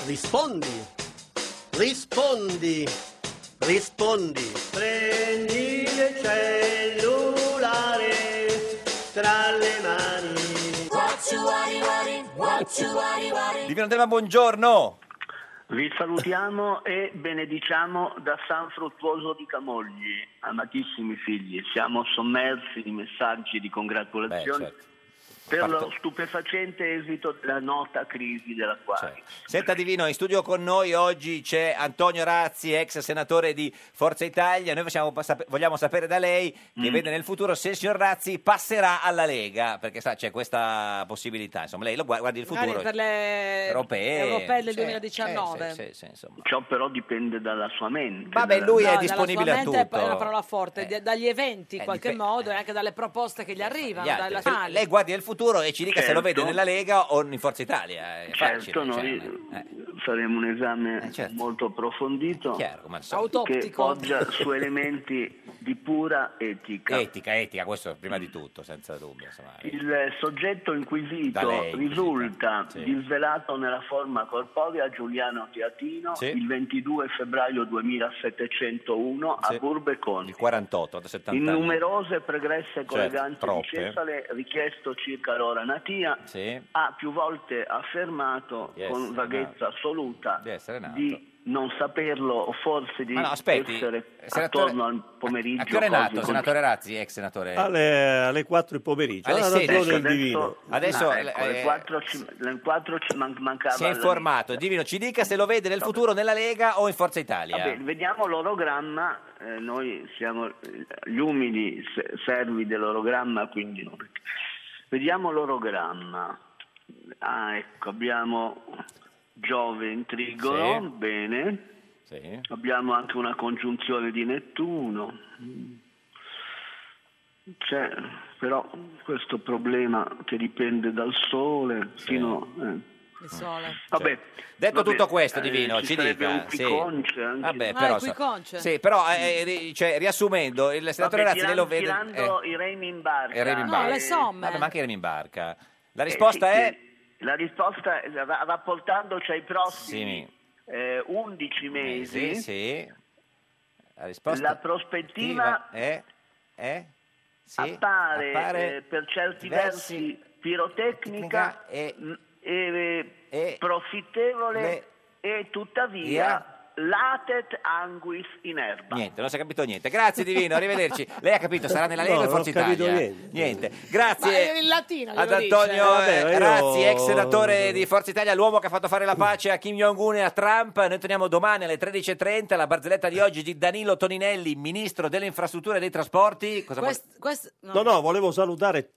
Rispondi, rispondi, rispondi. Prendi il cellulare tra le mani. Divino Telma, buongiorno. Vi salutiamo e benediciamo da San Fruttuoso di Camogli. Amatissimi figli, siamo sommersi di messaggi di congratulazioni Beh, certo. per lo Parto- stupefacente esito della nota crisi dell'acquario. Senta Divino, in studio con noi oggi c'è Antonio Razzi, ex senatore di Forza Italia. Noi facciamo pa- sap- vogliamo sapere da lei che Mm. vede nel futuro se il signor Razzi passerà alla Lega, perché sa, c'è questa possibilità. Insomma, lei lo gua- guardi il Magari futuro. per le Europee, europee del sì, 2019. eh, sì, sì, sì, insomma. Ciò però dipende dalla sua mente. Vabbè, dalla- lui è No, disponibile dalla a sua mente tutto. è una parola forte, di- dagli eventi in eh, qualche dipen- modo e anche dalle proposte che gli arrivano. Gli altri. dalla- Se- Lei guardi nel futuro e ci dica se lo Certo. vede nella Lega o in Forza Italia. È Certo, facile, cioè, noi faremo un esame Eh, certo. molto approfondito che Autoptico. poggia su elementi di pura etica. Etica, etica, questo prima di tutto, senza dubbio. insomma. Il soggetto inquisito Da lei, risulta sì. disvelato nella forma corporea Giuliano Teatino Sì. il 22 febbraio 2701 Sì. a Burbe Il 48 da 70 in anni. Certo, numerose pregresse colleganze troppe. di Cesare, richiesto circa l'ora natia, Sì. Ah, ha più volte affermato Di essere con vaghezza assoluta Di essere nato. di non saperlo o forse di Ma no, aspetti, essere senatore- attorno al pomeriggio. A che ora è cose nato, con- senatore Razzi, ex senatore? Alle, alle 4 del pomeriggio. Alle Alla 16. Ragione del Adesso- divino. Adesso, No, ecco, eh, le 4 ci, le quattro ci man- mancava. Si è la- informato, Divino, ci dica se lo vede nel futuro nella Lega o in Forza Italia. Vabbè, vediamo l'orogramma, eh, noi siamo eh, gli umili se- servi dell'orogramma, quindi no. Vediamo l'orogramma. Ah, ecco, abbiamo Giove in trigono, Sì. bene. Abbiamo anche una congiunzione di Nettuno. C'è però questo problema che dipende dal Sole fino eh. Il sole. Vabbè, Detto vabbè, tutto questo, eh, Divino, ci ci sarebbe dica. un quiconce sì. anche. Vabbè, Ah, però, il quiconce. sì, però eh, ri- cioè, riassumendo, il senatore Vabbè, Razzi lei lo vede... tiran- tirando eh, i remi in barca. e remi in barca. Vabbè, ma anche i remi in barca. La risposta Eh, sì, è... sì. La risposta è, ra- rapportandoci ai prossimi Sì, eh, 11 mesi, sì, sì. La risposta la prospettiva è... è- sì, appare, appare eh, per certi diversi- versi pirotecnica mm, e, e, eh, profittevole e tuttavia latet anguis in erba. Niente, non si è capito niente. Grazie Divino, arrivederci. Lei ha capito, sarà nella Lega No, o in non ho Forza capito Italia? niente. Grazie in latino ad glielo dice. Antonio Vabbè, eh, io- Razzi, ex senatore di Forza Italia, l'uomo che ha fatto fare la pace a Kim Jong-un e a Trump. Noi torniamo domani alle 13.30 alla barzelletta di oggi di Danilo Toninelli, ministro delle infrastrutture e dei trasporti. Cosa vuole- Quest- quest- no. No, no, volevo salutare.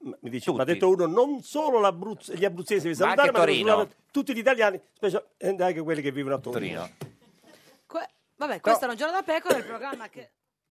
Mi dice, mi ha detto uno, non solo l'Abruzzo- gli abruzzesi, devi Ma salutare, anche ma devi Torino. salutare tutti gli italiani, eh, specialmente anche quelli che vivono a Torino. Que- vabbè, questo era un giorno da pecora, il programma che...